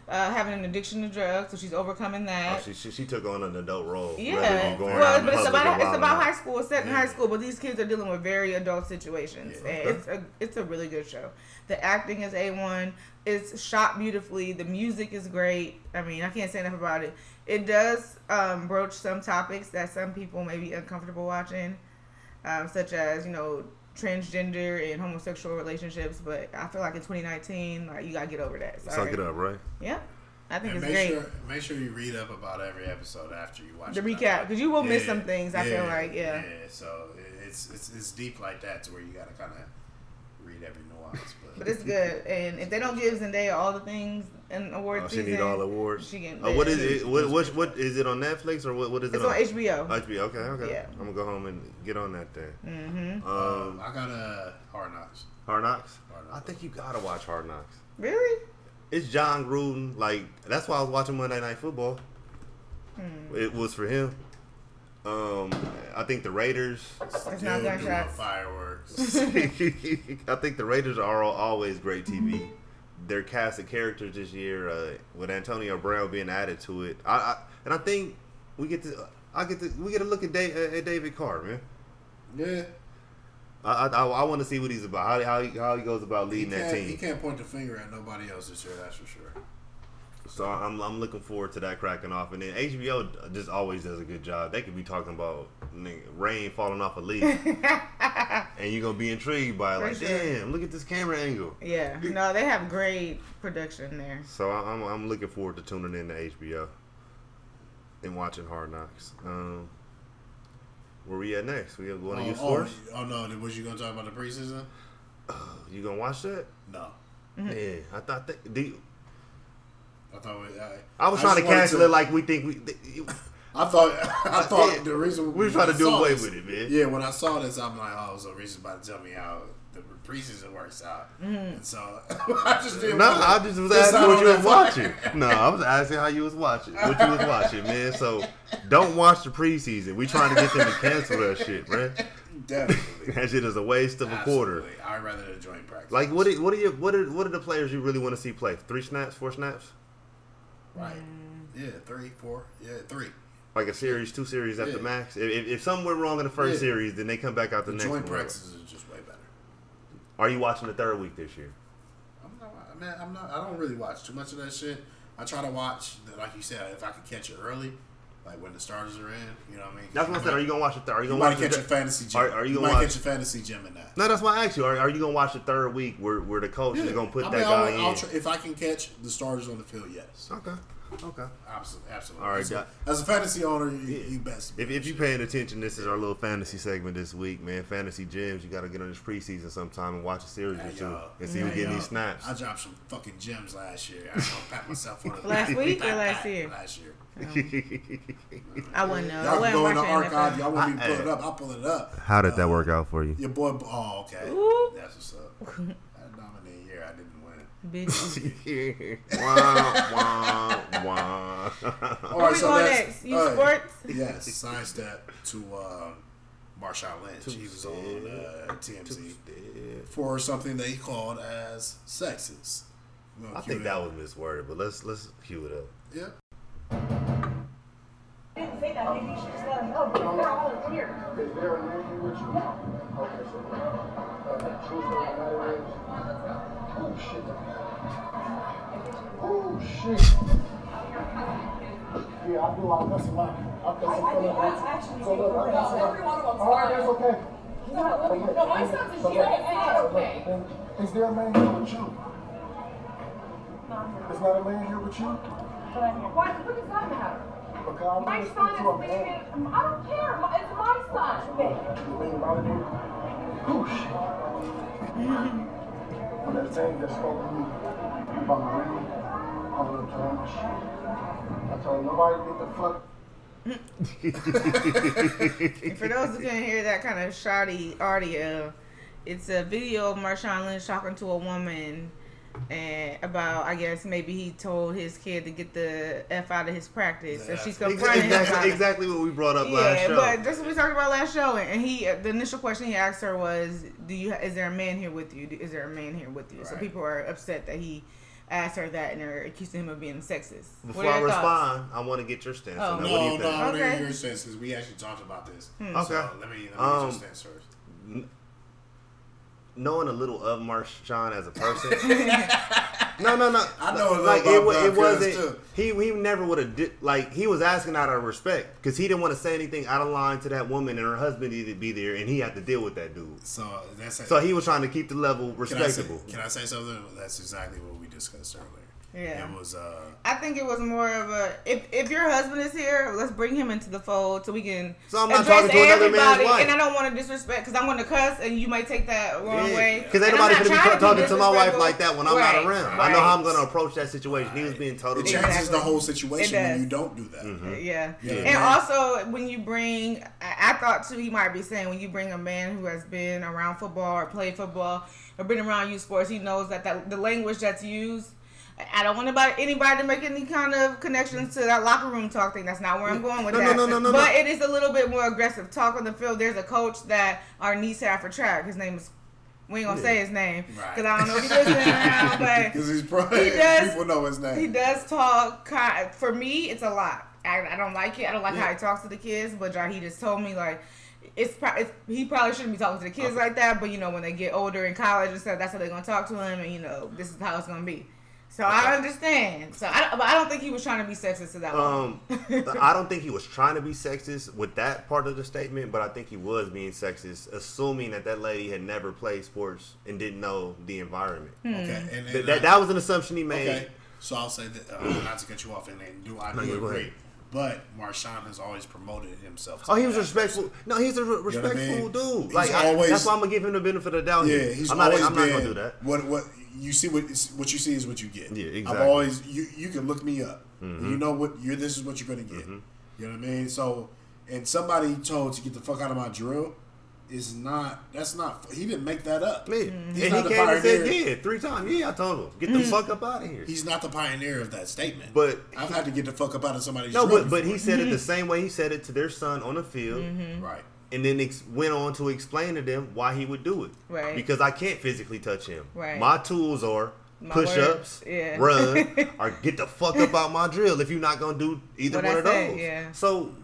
B: uh, having an addiction to drugs, so she's overcoming
C: Oh,
B: that.
C: she, she she took on an adult role. rather
B: yeah,
C: than going out
B: well,
C: in
B: but it's
C: public
B: about
C: and
B: it's
C: wilding
B: about
C: out.
B: high school. It's set in
A: Yeah.
B: high school, but these kids are dealing with very adult situations,
A: Yeah.
B: and it's a it's a really good show. The acting is a one. It's shot beautifully. The music is great. I mean, I can't say enough about it. It does um, broach some topics that some people may be uncomfortable watching um, such as you know transgender and homosexual relationships. But I feel like in 2019, like you gotta get over that. Sorry.
C: Suck it up, right?
B: Yeah, I think
A: And
B: it's
A: make
B: great.
A: sure make sure you read up about every episode after you watch
B: the
A: it.
B: recap because you will miss
A: Yeah,
B: some things. I feel like yeah.
A: So it's it's it's deep like that to where you got to kind of read every nuance. But,
B: But it's good, and if they don't give Zendaya all the things in award
C: Oh, she
B: season,
C: need all awards.
B: She getting
C: Uh, what is
B: it?
C: it? What, what what is it on Netflix or what, what is it
B: It's on HBO.
C: HBO. Okay, okay.
B: Yeah.
C: I'm gonna go home and get on that thing.
B: mm-hmm.
A: um,
C: Um,
A: I got a hard knocks.
C: Hard Knocks.
A: Hard
C: I
A: Knocks.
C: think you gotta watch Hard Knocks.
B: Really?
C: It's John Gruden. Like that's why I was watching Monday Night Football.
B: Hmm.
C: It was for him. Um, I think the Raiders.
B: It's
A: Still
B: not
A: doing
B: gunshots.
A: Fireworks.
C: I think the Raiders are al- always great TV. Their cast of characters this year, uh, with Antonio Brown being added to it, I, I and I think we get to I get to we get a look at, Dave, at David Carr, man.
A: yeah.
C: I I, want to see what he's about, how he- how he, how he goes about
A: He
C: leading that
A: can't, he
C: team.
A: can't point the finger at nobody else this year. That's for sure.
C: So I'm I'm looking forward to that cracking off, and then HBO just always does a good job. They could be talking about nigga, rain falling off a leaf, and you're gonna be intrigued by it,
B: For
C: like,
B: sure.
C: damn, look at this camera angle.
B: Yeah. No, they have great production there.
C: So I- I'm I'm looking forward to tuning in to HBO and watching Hard Knocks. Um, where we at next? We going to
A: Oh,
C: use
A: oh,
C: force?
A: oh no! Was you gonna talk about the preseason?
C: You gonna watch that?
A: No. Mm-hmm.
C: Yeah, I thought that. Do you-
A: I thought we, I,
C: I was
A: I just
C: trying to
A: wanted
C: cancel it like we think we. th- you-
A: I thought I thought
C: Yeah.
A: the reason
C: We were trying to do away with it, man.
A: Yeah, when I saw this, I'm like, oh, so Reese's about to tell me how the preseason works out, and so I just didn't.
C: No,
A: wanna-
C: I just was
A: It's
C: asking
A: not
C: what
A: on
C: you was
A: that
C: watching.
A: fire.
C: No, I was asking how you was watching, what you was watching, man. So don't watch the preseason. We trying to get them to cancel that shit, man.
A: Definitely,
C: That shit is a waste of a quarter.
A: Absolutely. I'd rather the joint practice.
C: Like what? Are, what are your what are what are the players you really want to see play? Three snaps, four snaps,
A: right? Yeah, three, four. Yeah, three.
C: like a series, two series at the
A: Yeah.
C: max. If- If, if something went wrong in the first
A: Yeah.
C: series, then they come back out the,
A: The
C: next one.
A: joint practices is just way better.
C: Are you watching the third week this year?
A: I'm not, man, I'm not. I don't really watch too much of that shit. I try to watch, like you said, if I could catch it early. Like when the starters are in, you know what I mean?
C: That's what I said. Are you gonna watch the third? Are
A: You
C: you gonna
A: might
C: watch the
A: catch a
C: third?
A: fantasy gym.
C: Are- are you
A: you
C: gonna
A: might
C: watch-
A: catch a fantasy gym in that.
C: No, that's why I asked you. Are, are you gonna watch the third week where, where the coach is gonna put
A: I
C: that
A: mean,
C: guy
A: I'll,
C: in?
A: I'll try, if I can catch the starters on the field, yes,
C: okay, okay.
A: absolutely, absolutely.
C: All right,
A: as, a,
C: got-
A: as a fantasy owner, you, you best.
C: If, if you're paying attention, this is our little fantasy segment this week, man. Fantasy gyms. You got to get on this preseason sometime and watch a series or
A: Hey,
C: two
A: y'all.
C: and see who
A: Hey,
C: getting
A: y'all.
C: these snaps.
A: I dropped some fucking gems last year. I'm gonna pat myself on the
B: Last
A: back.
B: week or
A: Pat,
B: last
A: pat,
B: year?
A: Last year.
B: I wouldn't know.
A: Y'all
B: I
A: can go in the
B: wasn't watching
A: archive.
B: NFL.
A: Y'all want me to
C: I-
A: pull it up? I'll pull it up.
C: How did that work out for you?
A: Your boy. Oh, okay.
B: Ooh.
A: That's what's up. I nominated year. I didn't win.
B: Bitch.
C: wah, wah, wah.
A: All
B: Where we going
A: that's-
B: next? You
A: all right.
B: sports?
A: Yes. Side step to um, Marshawn Lynch. he was on uh, TMZ for something that he called as sexist. We're gonna
C: I
A: cue
C: think
A: it
C: that
A: up.
C: was misworded, but let's let's cue it up.
A: Yeah.
D: didn't say that. I think you should just let them know. But they're all here.
E: Is there an issue with you? Okay, so, uh, the truth of the matter is, oh shit. Oh shit. Yeah, I do. I cuss a lot. I cuss a
D: I think that's
E: lot.
D: actually
E: So look, I cuss a lot.
D: Every one of them's
E: All right, that's
D: fine.
E: okay.
D: No, no, my son's a
E: So
D: shit.
E: look,
D: It's not
E: so look,
D: okay.
E: then Is there a man here with you? Is not a man here with you?
D: Why? What does that matter?
E: Because I'm
D: My
E: gonna
D: son
E: speak to a
D: is
E: man.
D: being. I don't care. My- It's my son.
E: Whoosh. Oh, When that thing that spoke to me about my name, I was trying my shit. I told nobody to get the fuck.
B: And for those who can not hear that kind of shoddy audio, it's a video of Marshawn Lynch talking to a woman and about I guess maybe he told his kid to get the F out of his practice. And she's confronting him about
C: Exactly,
B: it.
C: exactly what we brought up last
B: Yeah,
C: show.
B: but that's what we talked about last show, and he the initial question he asked her was, "Do you is there a man here with you? Is there a man here with you?" So
A: Right.
B: people are upset that he asked her that, and they're accusing him of being sexist. What
C: Before
B: are
C: I
B: your thoughts?
C: respond, I want to get your stance.
B: Oh.
C: on that.
A: No,
C: what do you
A: no,
C: think?
A: I want to hear
B: Okay. Hmm.
A: your sense because we actually talked about this.
C: Okay.
A: So let me let me get your
C: Um,
A: sense first.
C: knowing a little of Marshawn as a person. no, no, no.
A: I know a little
C: like
A: about
C: it, wa-
A: Don
C: it wasn't.
A: Curtis, too.
C: He he never would have did like he was asking out of respect because he didn't want to say anything out of line to that woman and her husband needed to be there and he had to deal with that dude.
A: So that's
C: So he was trying to keep the level
A: can I, say,
C: respectable.
A: can I say something? That's exactly what we discussed earlier.
B: Yeah.
A: It was uh
B: I think it was more of a if if your husband is here, let's bring him into the fold so we can
C: So I'm not talking to another man's wife.
B: And I don't want to disrespect because I'm going to cuss and you might take that wrong way.
C: Because
B: And I'm
C: everybody's
B: not
C: gonna be
B: trying
C: ta- talking to my wife
B: disrespectful.
C: like that when I'm
B: Right,
C: not around. I
B: right.
C: know how I'm gonna approach that situation. He was being
A: it
C: totally.
A: changes
B: Exactly.
A: the whole situation
B: It
A: when you
B: does.
A: don't do that.
C: Mm-hmm.
B: Yeah.
A: Yeah.
B: And also, when you bring, I I thought too, he might be saying when you bring a man who has been around football or played football or been around youth sports, he knows that, that the language that's used. I- I don't want anybody, anybody to make any kind of connections to that locker room talk thing. That's not where I'm going with
C: No, no,
B: that.
C: no, no, no,
B: but
C: no.
B: it is a little bit more aggressive talk on the field. There's a coach that our niece had for track. His name is. We ain't gonna say his name
A: Right.
B: because I don't know if he's listening now, but
A: Because he's probably
B: He does-
A: people know his name.
B: he does talk. ki- For me, it's a lot. I, I don't like it. I don't like how he talks to the kids. But John, he just told me like, it's, pro- it's he probably shouldn't be talking to the kids like that. But you know, when they get older in college and stuff, that's how they're gonna talk to him. And you know, this is how it's gonna be. So I understand. So I, don't- but I don't think he was trying to be sexist to that
C: Um,
B: one.
C: I don't think he was trying to be sexist with that part of the statement, but I think he was being sexist, assuming that that lady had never played sports and didn't know the environment.
B: Hmm.
A: Okay. And,
C: Th-
A: and
C: that, that was an assumption he made.
A: okay. So I'll say that uh, not to cut you off, and, and do I do
C: you're
A: agree?
C: right.
A: But Marshawn has always promoted himself. to
C: Oh, he was
A: that.
C: respectful. No, he's a re-
A: what I
C: respectful
A: mean?
C: dude.
A: He's
C: Like I-
A: always-
C: that's why I'm gonna give him the benefit of the doubt.
A: Yeah,
C: here.
A: he's
C: I'm not.
A: always
C: I'm not
A: been,
C: gonna do that.
A: What what you see what what you see is what you get.
C: Yeah,
A: I've
C: exactly. Mm-hmm.
A: always you you can look me up. You know what you're. This is what you're gonna get. You know what I mean? So, and somebody told to get the fuck out of my drill is not. That's not. He didn't make that up.
C: Yeah. And
B: Hmm.
A: He's
C: he
A: not the
C: came and said,
A: pioneer.
C: "Yeah, three times. Yeah, I told him, get the fuck up out of here."
A: He's not the pioneer of that statement.
C: But-
A: I've had to get the fuck up out of somebody's
C: No,
A: drill.
C: but but he
A: before.
C: said it the same way he said it to their son on the field.
B: Mm-hmm.
A: right.
C: and then ex- went on to explain to them why he would do it.
B: Right.
C: Because I can't physically touch him.
B: Right.
C: My tools are
B: My
C: push ups,
B: words, yeah.
C: run, or get the fuck up out my drill if you're not gonna do either
B: What
C: one
B: I
C: of
B: said,
C: those.
B: yeah.
C: So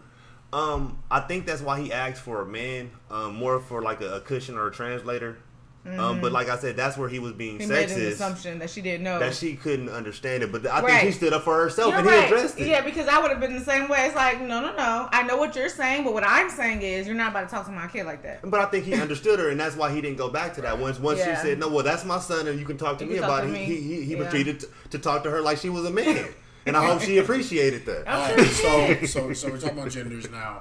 C: um I think that's why he asked for a man, um, more for like a, a cushion or a translator Um, but like I said, that's where he was being
B: Mm-hmm. He made an
C: sexist.
B: assumption that she didn't know.
C: That she couldn't understand it, but I think
B: Right.
C: he stood up for herself
B: You're
C: and he
B: right.
C: addressed it.
B: Yeah, because I would have been the same way. It's like, no, no, no. I know what you're saying, but what I'm saying is you're not about to talk to my kid like that.
C: But I think he understood her, and that's why he didn't go back to that. Once once
B: Yeah.
C: she said, "No, well, that's my son, and you can talk to
B: You
C: me
B: can talk
C: about
B: to
C: it," he
B: me.
C: he, he
B: Yeah.
C: proceeded to, to talk to her like she was a man, and I hope she appreciated that.
B: I'm
A: All
B: sure
A: right,
B: she did.
A: so, so, so we're talking about genders now.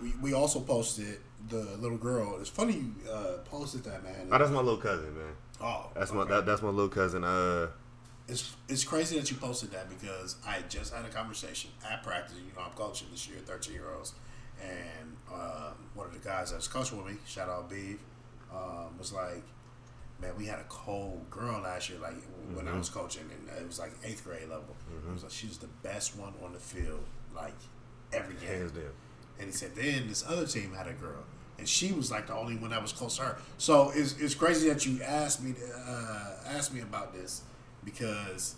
A: We, we also posted the little girl. It's funny you uh, posted that, man.
C: Oh, that's my little cousin, man.
A: oh,
C: That's my that, that's my little cousin. Uh,
A: It's it's crazy that you posted that because I just had a conversation at practice. You know, I'm coaching this year, 13 year olds, and uh, one of the guys that's coaching with me, shout out Beef, um, was like, "Man, we had a cold girl last year, like when
C: Mm-hmm.
A: I was coaching, and it was like eighth grade level. It was like she was the best one on the field, like every game.
C: hands down.
A: And he said, then this other team had a girl, and she was like the only one that was close to her. So it's, it's crazy that you asked me uh, asked me about this because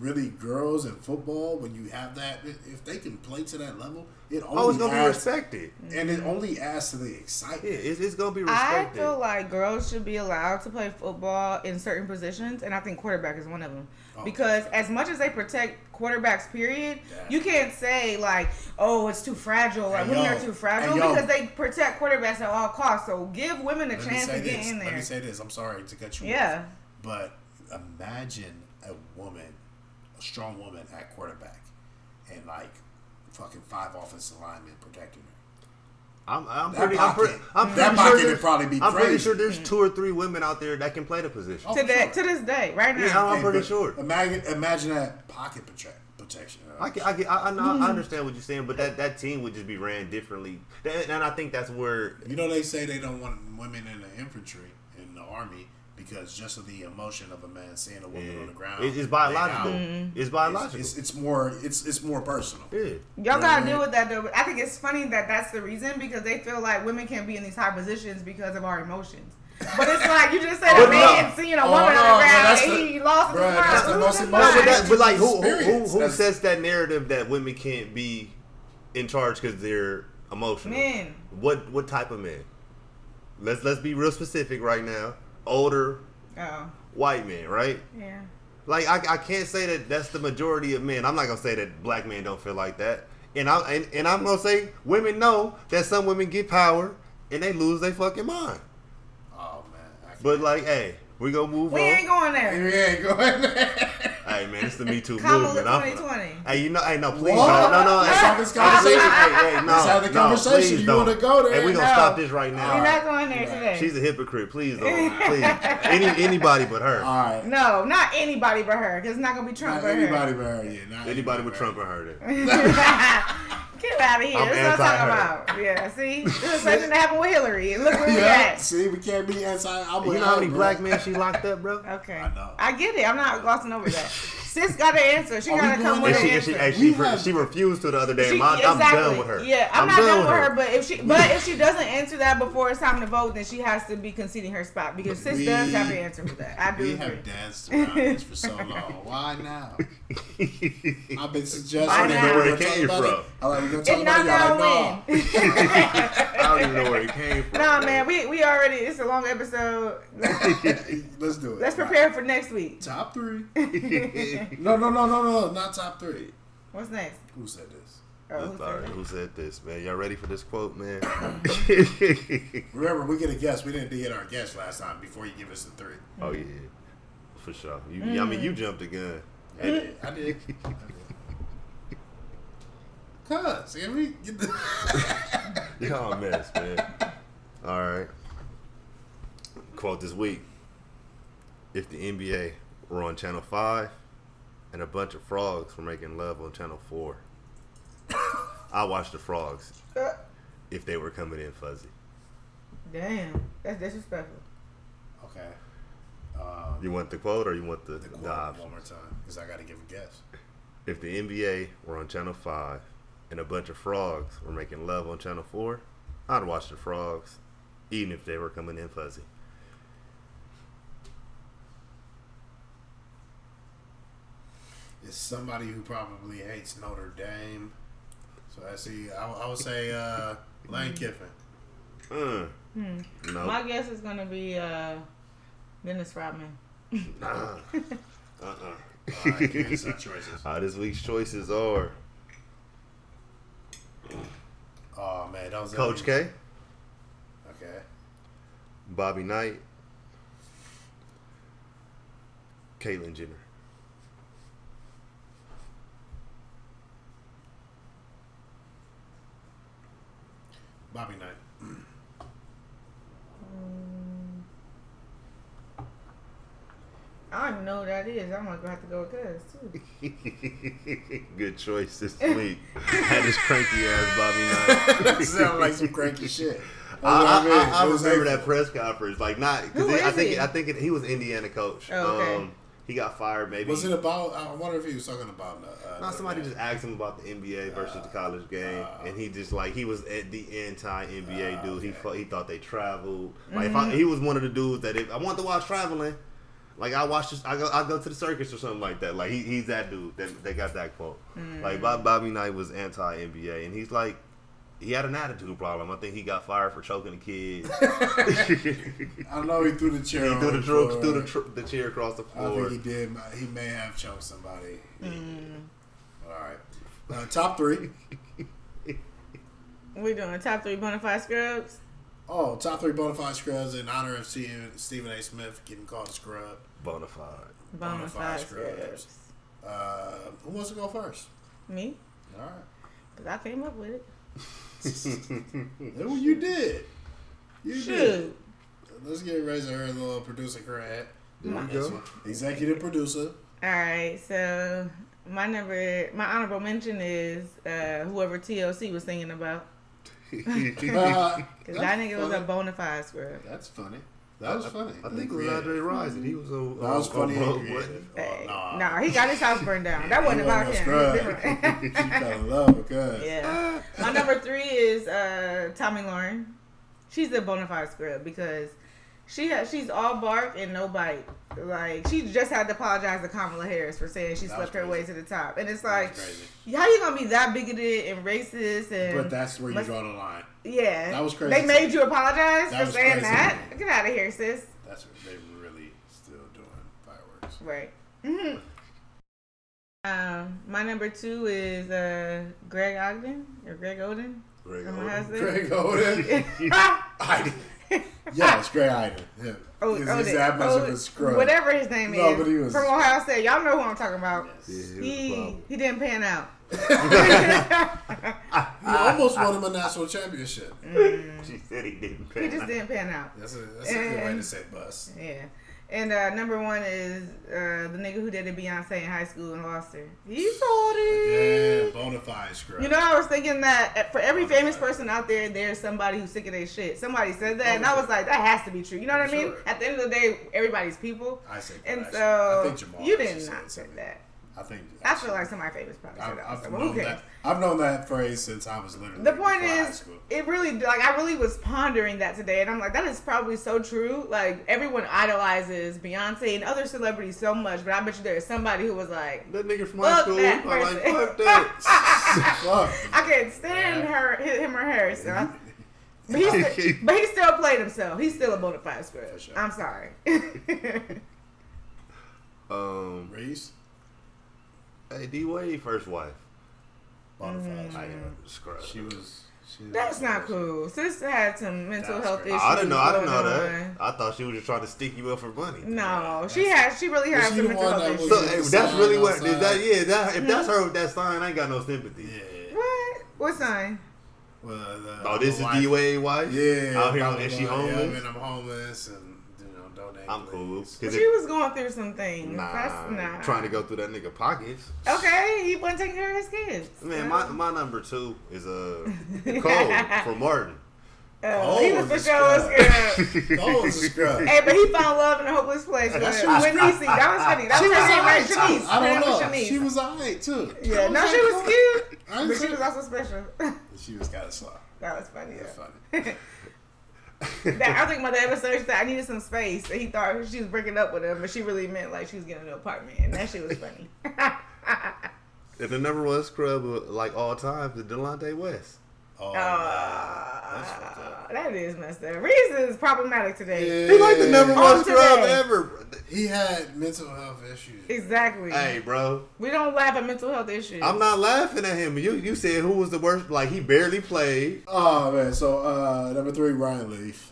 A: really, girls in football, when you have that, i- if they can play to that level, it only
C: Oh, it's gonna be
A: adds,
C: respected.
A: and it only adds to the
C: Yeah,
A: excitement.
C: it's, it's gonna be
B: I
C: respected.
B: feel like girls should be allowed to play football in certain positions, and I think quarterback is one of them.
A: Oh.
B: Because as much as they protect quarterbacks, period,
A: Yeah.
B: you can't say like, "Oh, it's too fragile." Like
A: Hey,
B: women
A: yo.
B: are too fragile
A: Hey, yo.
B: because they protect quarterbacks at all costs. So give women a
A: Let me
B: chance
A: say
B: to get
A: this.
B: in
A: Let me
B: there.
A: say this. I'm sorry to cut you. off.
B: Yeah.
A: But imagine a woman, a strong woman at quarterback, and like fucking five offensive linemen protecting her.
C: I'm, I'm
A: That
C: pretty, I'm,
A: pocket-
C: pretty, I'm
A: that
C: pretty
A: pocket
C: sure
A: would
C: there's-
A: probably be
C: I'm pretty
A: crazy.
C: sure there's two or three women out there that can play the position.
A: Oh,
B: To that
A: sure.
B: to this day, right now.
C: Yeah, I'm
A: Hey,
C: pretty
A: but
C: sure.
A: Imagine, imagine that pocket protect, protection. uh,
C: I can, I, can, I, I, know-
B: Mm.
C: I understand what you're saying, but that, that team would just be ran differently, and, and I think that's where
A: you know they say they don't want women in the infantry in the army because just of the emotion of a man seeing a woman
C: Yeah.
A: on the ground.
C: Mm. It- it's
A: laid
C: biological. Mm-hmm.
A: out.
C: It's
A: It's,
C: biological.
A: it's it's more it's it's more personal.
C: yeah.
B: Y'all
A: You know what I
B: gotta
A: mean?
B: deal with that though. But I think it's funny that that's the reason because they feel like women can't be in these high positions because of our emotions. But it's like you just said
A: But
B: a man
A: no.
B: seeing a
A: Oh,
B: woman on
A: no,
B: the
A: no,
B: ground
A: that's
B: and
A: the-
B: he lost
A: Bruh, that's the
B: his mind.
A: most
B: Lose his
A: emotional-
C: No, but,
B: mind.
C: that, but like who who, who,
A: Experience.
C: who
A: That's-
C: sets that narrative that women can't be in charge because they're emotional?
B: Men.
C: What what type of men? Let's let's be real specific right now. Older
B: Oh,
C: white men, right?
B: yeah.
C: Like I, I can't say that that's the majority of men. I'm not gonna say that black men don't feel like that. And I and, and I'm gonna say women know that some women get power and they lose their fucking mind.
A: Oh man, I can't-
C: But like, hey, we gonna move
B: We
C: on.
B: ain't going there.
A: yeah, go ahead.
C: Hey man, it's the Me Too
B: Kamala
C: movement. I'm-
B: 2020.
C: Hey, you know, hey, no, please,
A: What?
C: no, no, no.
A: Let's
C: hey,
A: have this conversation.
C: Hey, hey, no,
A: Let's have the
C: no,
A: conversation.
C: please
A: You
C: don't.
A: wanna go there?
C: Hey, we gonna
B: No.
C: stop this right
B: We're
C: now.
A: Alright.
B: not going there today.
C: She's a hypocrite. Please don't, please. Any anybody but her.
A: All right.
B: no, not anybody but her. Cause it's not gonna be Trump
A: Not
B: but her.
A: anybody but her. Yeah, not
C: Anybody
A: but
C: with Trump or her. Then.
B: Get out of here.
C: I'm
B: That's what I'm
C: anti-her.
B: talking about. Yeah. See, this is something that happened with Hillary. And look where we
A: Yeah.
B: at.
A: See, we can't be anti. I'm
C: You
A: with
C: know how
A: her,
C: many
A: bro.
C: black men she locked up, bro?
B: Okay.
A: I know.
B: I get it. I'm not glossing over that. Sis got an answer. She
A: Are we going
B: gotta come
A: there?
B: with
C: And
B: an
C: she, and
B: answer.
C: she, and
A: We
C: she, re-
A: have-
C: she refused to the other day.
B: She-
C: and my- I'm done with her.
B: Yeah, I'm, not done with her. But if she, but
A: We-
B: if she doesn't answer that before it's time to vote, then she has to be conceding her spot because sis
A: We-
B: does have an answer for that. I do.
A: We
B: agree.
A: have danced around this for so long. Why now? I've been suggesting.
B: I don't
A: that
B: even
A: we're
B: know where
A: gonna
C: it
A: talk
C: came
A: about
C: from.
A: it. I'm like, we're gonna talk
B: It's
A: about
B: not
A: it. Y'all
B: gonna
A: like, no.
B: win.
C: I don't even know where it came from.
B: nah, man, we we already. It's a long episode.
A: Let's do it.
B: Let's
A: Right.
B: prepare for next week.
A: Top three. No, no, no, no, no. Not top three.
B: What's next?
A: Who said this?
B: Oh, who's
C: Sorry,
B: next?
C: who said this, man? Y'all ready for this quote, man?
A: Remember, we get a guess. We didn't get our guess last time before you give us the three.
C: oh yeah, for sure. You, I mean, you jumped the gun.
A: I did. I did. I did. Cuz, can we get the.
C: Y'all a mess, man. All right. Quote this week: If the NBA were on Channel Five, and a bunch of frogs were making love on Channel Four, I watched the frogs
B: Uh,
C: if they were coming in fuzzy.
B: Damn, that's disrespectful.
A: Okay. Um,
C: You want the quote or you want the,
A: the
C: the
A: quote
C: option?
A: one more time because I got to give a guess.
C: If the NBA were on Channel 5 and a bunch of frogs were making love on Channel 4, I'd watch the frogs, even if they were coming in fuzzy.
A: It's somebody who probably hates Notre Dame. So I see, I, I would say uh, Lane Kiffin.
C: Uh, No.
B: My guess is gonna be uh, Dennis Rodman.
C: nah. Uh-uh.
A: All right, give me some choices.
C: How this week's choices are
A: Oh man, that was
C: Coach K,
A: Okay.
C: Bobby Knight, Caitlyn Jenner.
A: Bobby Knight.
B: I don't even know who that is. I'm gonna have to go with Cuz too.
C: Good choice this week. Had this cranky ass Bobby Knight.
A: that sounded like some cranky shit. That's
C: I,
A: what
C: Oh, I,
A: mean.
C: I, I
A: It was
C: remember
A: like-
C: that press conference, like not because
B: Who
C: I
B: is
C: think
B: he?
C: I think it, he was Indiana coach.
B: Oh, okay.
C: um, he got fired. Maybe
A: Was it about? I wonder if he was talking about. Uh,
C: Nah, somebody
A: the-
C: just asked him about the NBA versus the college game,
A: Uh,
C: and he just like he was at the anti NBA dude. He fu- he thought they traveled. Like if I, he was one of the dudes that if I want to watch traveling, like I watch this, I go I go to the circus or something like that. Like he, he's that dude that they got that quote. Like Bob, Bobby Knight was anti NBA, and he's like he had an attitude problem. I think he got fired for choking the kids.
A: I know he threw the chair.
C: he
A: on
C: threw the
A: floor.
C: tr- threw the, tr- the chair across the
A: Oh, I think
C: floor. Mm.
A: he did. He may have choked somebody. All right. Uh, top three.
B: We doing top three bona fide scrubs.
A: Oh, top three bona fide scrubs in honor of Stephen, Stephen A. Smith getting called a scrub.
C: Bonafide.
B: Bona fide scrubs.
A: Uh, who wants to go first?
B: Me,
A: All right.
B: cause I came up with it.
A: Who you did? You did.
B: Shoot,
A: Let's get raise her a little producer credit.
C: There we go.
A: Executive producer.
B: All right, so my number, my honorable mention is uh, whoever TLC was singing about.
A: Uh,
B: Cause that
A: that's
B: nigga was a
A: funny.
B: bona fide scrub.
A: That's funny. That was funny.
C: I think it was Andre Rising. He was on.
A: That was funny. and creative. Oh,
B: Hey,
A: nah.
B: nah, he got his house burned down. That wasn't
A: He
B: about him.
A: wasn't
B: It
A: no
B: was
A: scrub.
B: different.
A: she fell in love because
B: yeah. My number three is uh, Tommy Lauren. She's a bona fide scrub because she ha- she's all bark and no bite. Like she just had to apologize to Kamala Harris for saying she
A: That was
B: slept her way
A: crazy.
B: to the top, and
A: was
B: it's like,
A: crazy.
B: how you gonna be that bigoted and racist? And
A: But that's where you
B: Must-
A: draw the line.
B: yeah,
A: that was crazy
B: They
A: to
B: made
A: me.
B: you apologize
A: That
B: for
A: was
B: saying
A: crazy to
B: that.
A: me.
B: Get out of here, sis.
A: That's what they were really still doing fireworks.
B: Right. Mhm. um, my number two is uh, Greg Ogden or Greg Oden.
C: Greg
B: Am I
C: Oden.
B: husband?
A: Oh, Greg Oden. I, yeah, it's Greg Oden. Yeah.
B: Oh,
A: He's-
B: oh,
A: he's
B: the-
A: that much of
B: oh,
A: a scrub.
B: Whatever his name
A: No,
B: is.
A: but he was-
B: From Ohio State. Y'all know who I'm talking about.
A: Yes.
C: Yeah, he was a
B: He
C: problem.
B: he didn't pan out.
A: He almost won him a national championship.
C: She said he didn't pay.
B: He just didn't pan out.
A: That's a, that's a good way to say bust.
B: Yeah. And uh, number one is uh, the nigga who did it Beyonce in high school and lost her. He's
A: Yeah,
B: salty.
A: bona fide scrub.
B: You know, I was thinking that uh, for every famous
A: Right.
B: person out there, there's somebody who's sick of their shit. Somebody said that, and I was like, that has to be true. You know what I mean?
A: Sure.
B: At the end of the day, everybody's people.
A: I said that,
B: And
A: actually.
B: so,
A: I think Jamal
B: you
A: actually
B: did
A: said
B: not say
A: something.
B: that.
A: I think.
B: I feel like somebody famous probably said
A: I've,
B: that.
A: I've
B: So,
A: known
B: who cares?
A: that. I've known that phrase since I was literally
B: The point
A: before high
B: is,
A: school.
B: it really like I really was pondering that today, and I'm like, that is probably so true. Like everyone idolizes Beyonce and other celebrities so much, but I bet you there is somebody who was like,
C: That nigga from
B: Fuck
C: high school.
B: that
C: I'm like,
B: person.
C: fuck that.
A: Fuck.
B: I can't stand
A: Yeah.
B: her, hi- him or her. So, I- but, he still, but he still played himself. He's still a bona fide
A: For
B: scrub.
A: sure.
B: I'm sorry.
C: um,
A: Reese,
C: hey, D Wade, first wife.
A: bona fide scrub.
C: Scrub.
A: She was. She
B: Mm. That's not cool. Sister had some mental
A: That's
B: health
A: crazy.
B: issues.
C: I didn't know. I didn't know
B: going
C: that.
B: on.
C: I thought she was just trying to stick you up for money.
B: No, she
A: That's-
B: had. She really
A: Was
B: had
A: she
B: some
A: the
B: mental
A: one that
B: health
A: was-
C: So
B: issues.
C: hey,
A: She's
C: that's
A: sign
C: really what
A: outside.
C: is that? Yeah, that if that's her
B: Mm-hmm.
C: with that sign, I ain't got no sympathy.
A: Yeah.
B: What? What sign?
A: Well, the,
C: Oh, this is
A: the
C: D Wade wife.
A: Yeah.
C: out here.
A: I'm
C: Is she
A: like, yeah,
C: homeless?
A: man, I'm homeless, and you know, donate.
C: I'm cool.
A: please.
C: 'Cause
B: She
C: if-
B: was going through some things.
C: nah,
B: That's not
C: trying to go through that nigga pockets.
B: Okay, he wasn't taking care of his kids.
C: Man, my, my number two is uh Cole from Martin.
B: Uh,
A: Oh,
B: he was for
A: this
B: sure
A: guy.
B: was scared.
A: That was a scrub.
B: hey, but he found love in a hopeless place. With
A: That's
B: Winici. That was funny. That
A: She
B: was
A: was
B: her name, right?
A: alright too.
B: Shanice.
A: I
B: Her name was
A: don't know.
B: Shanice.
A: She was alright too.
B: yeah, no, she was cute,
A: I ain't
B: but she
A: saying-
B: was also special.
A: She was kind of slow.
B: that was funny.
A: That's
B: though.
A: funny.
B: That, I think my dad was searched that I needed some space, and he thought she was breaking up with him, but she really meant like she was getting an apartment, and that shit was funny.
C: And the number uh, one scrub of, like all time is Delonte West.
A: Oh,
B: Uh,
A: man. that's fucked up.
B: that is messed up. Reese is problematic today.
C: He like the number
B: On
C: one scrub
B: today.
C: ever.
A: He had mental health issues.
B: Exactly.
C: Hey, bro,
B: We don't laugh at mental health issues.
C: I'm not laughing at him. You you said who was the worst? Like he barely played.
A: Oh man, so uh, number three, Ryan Leaf.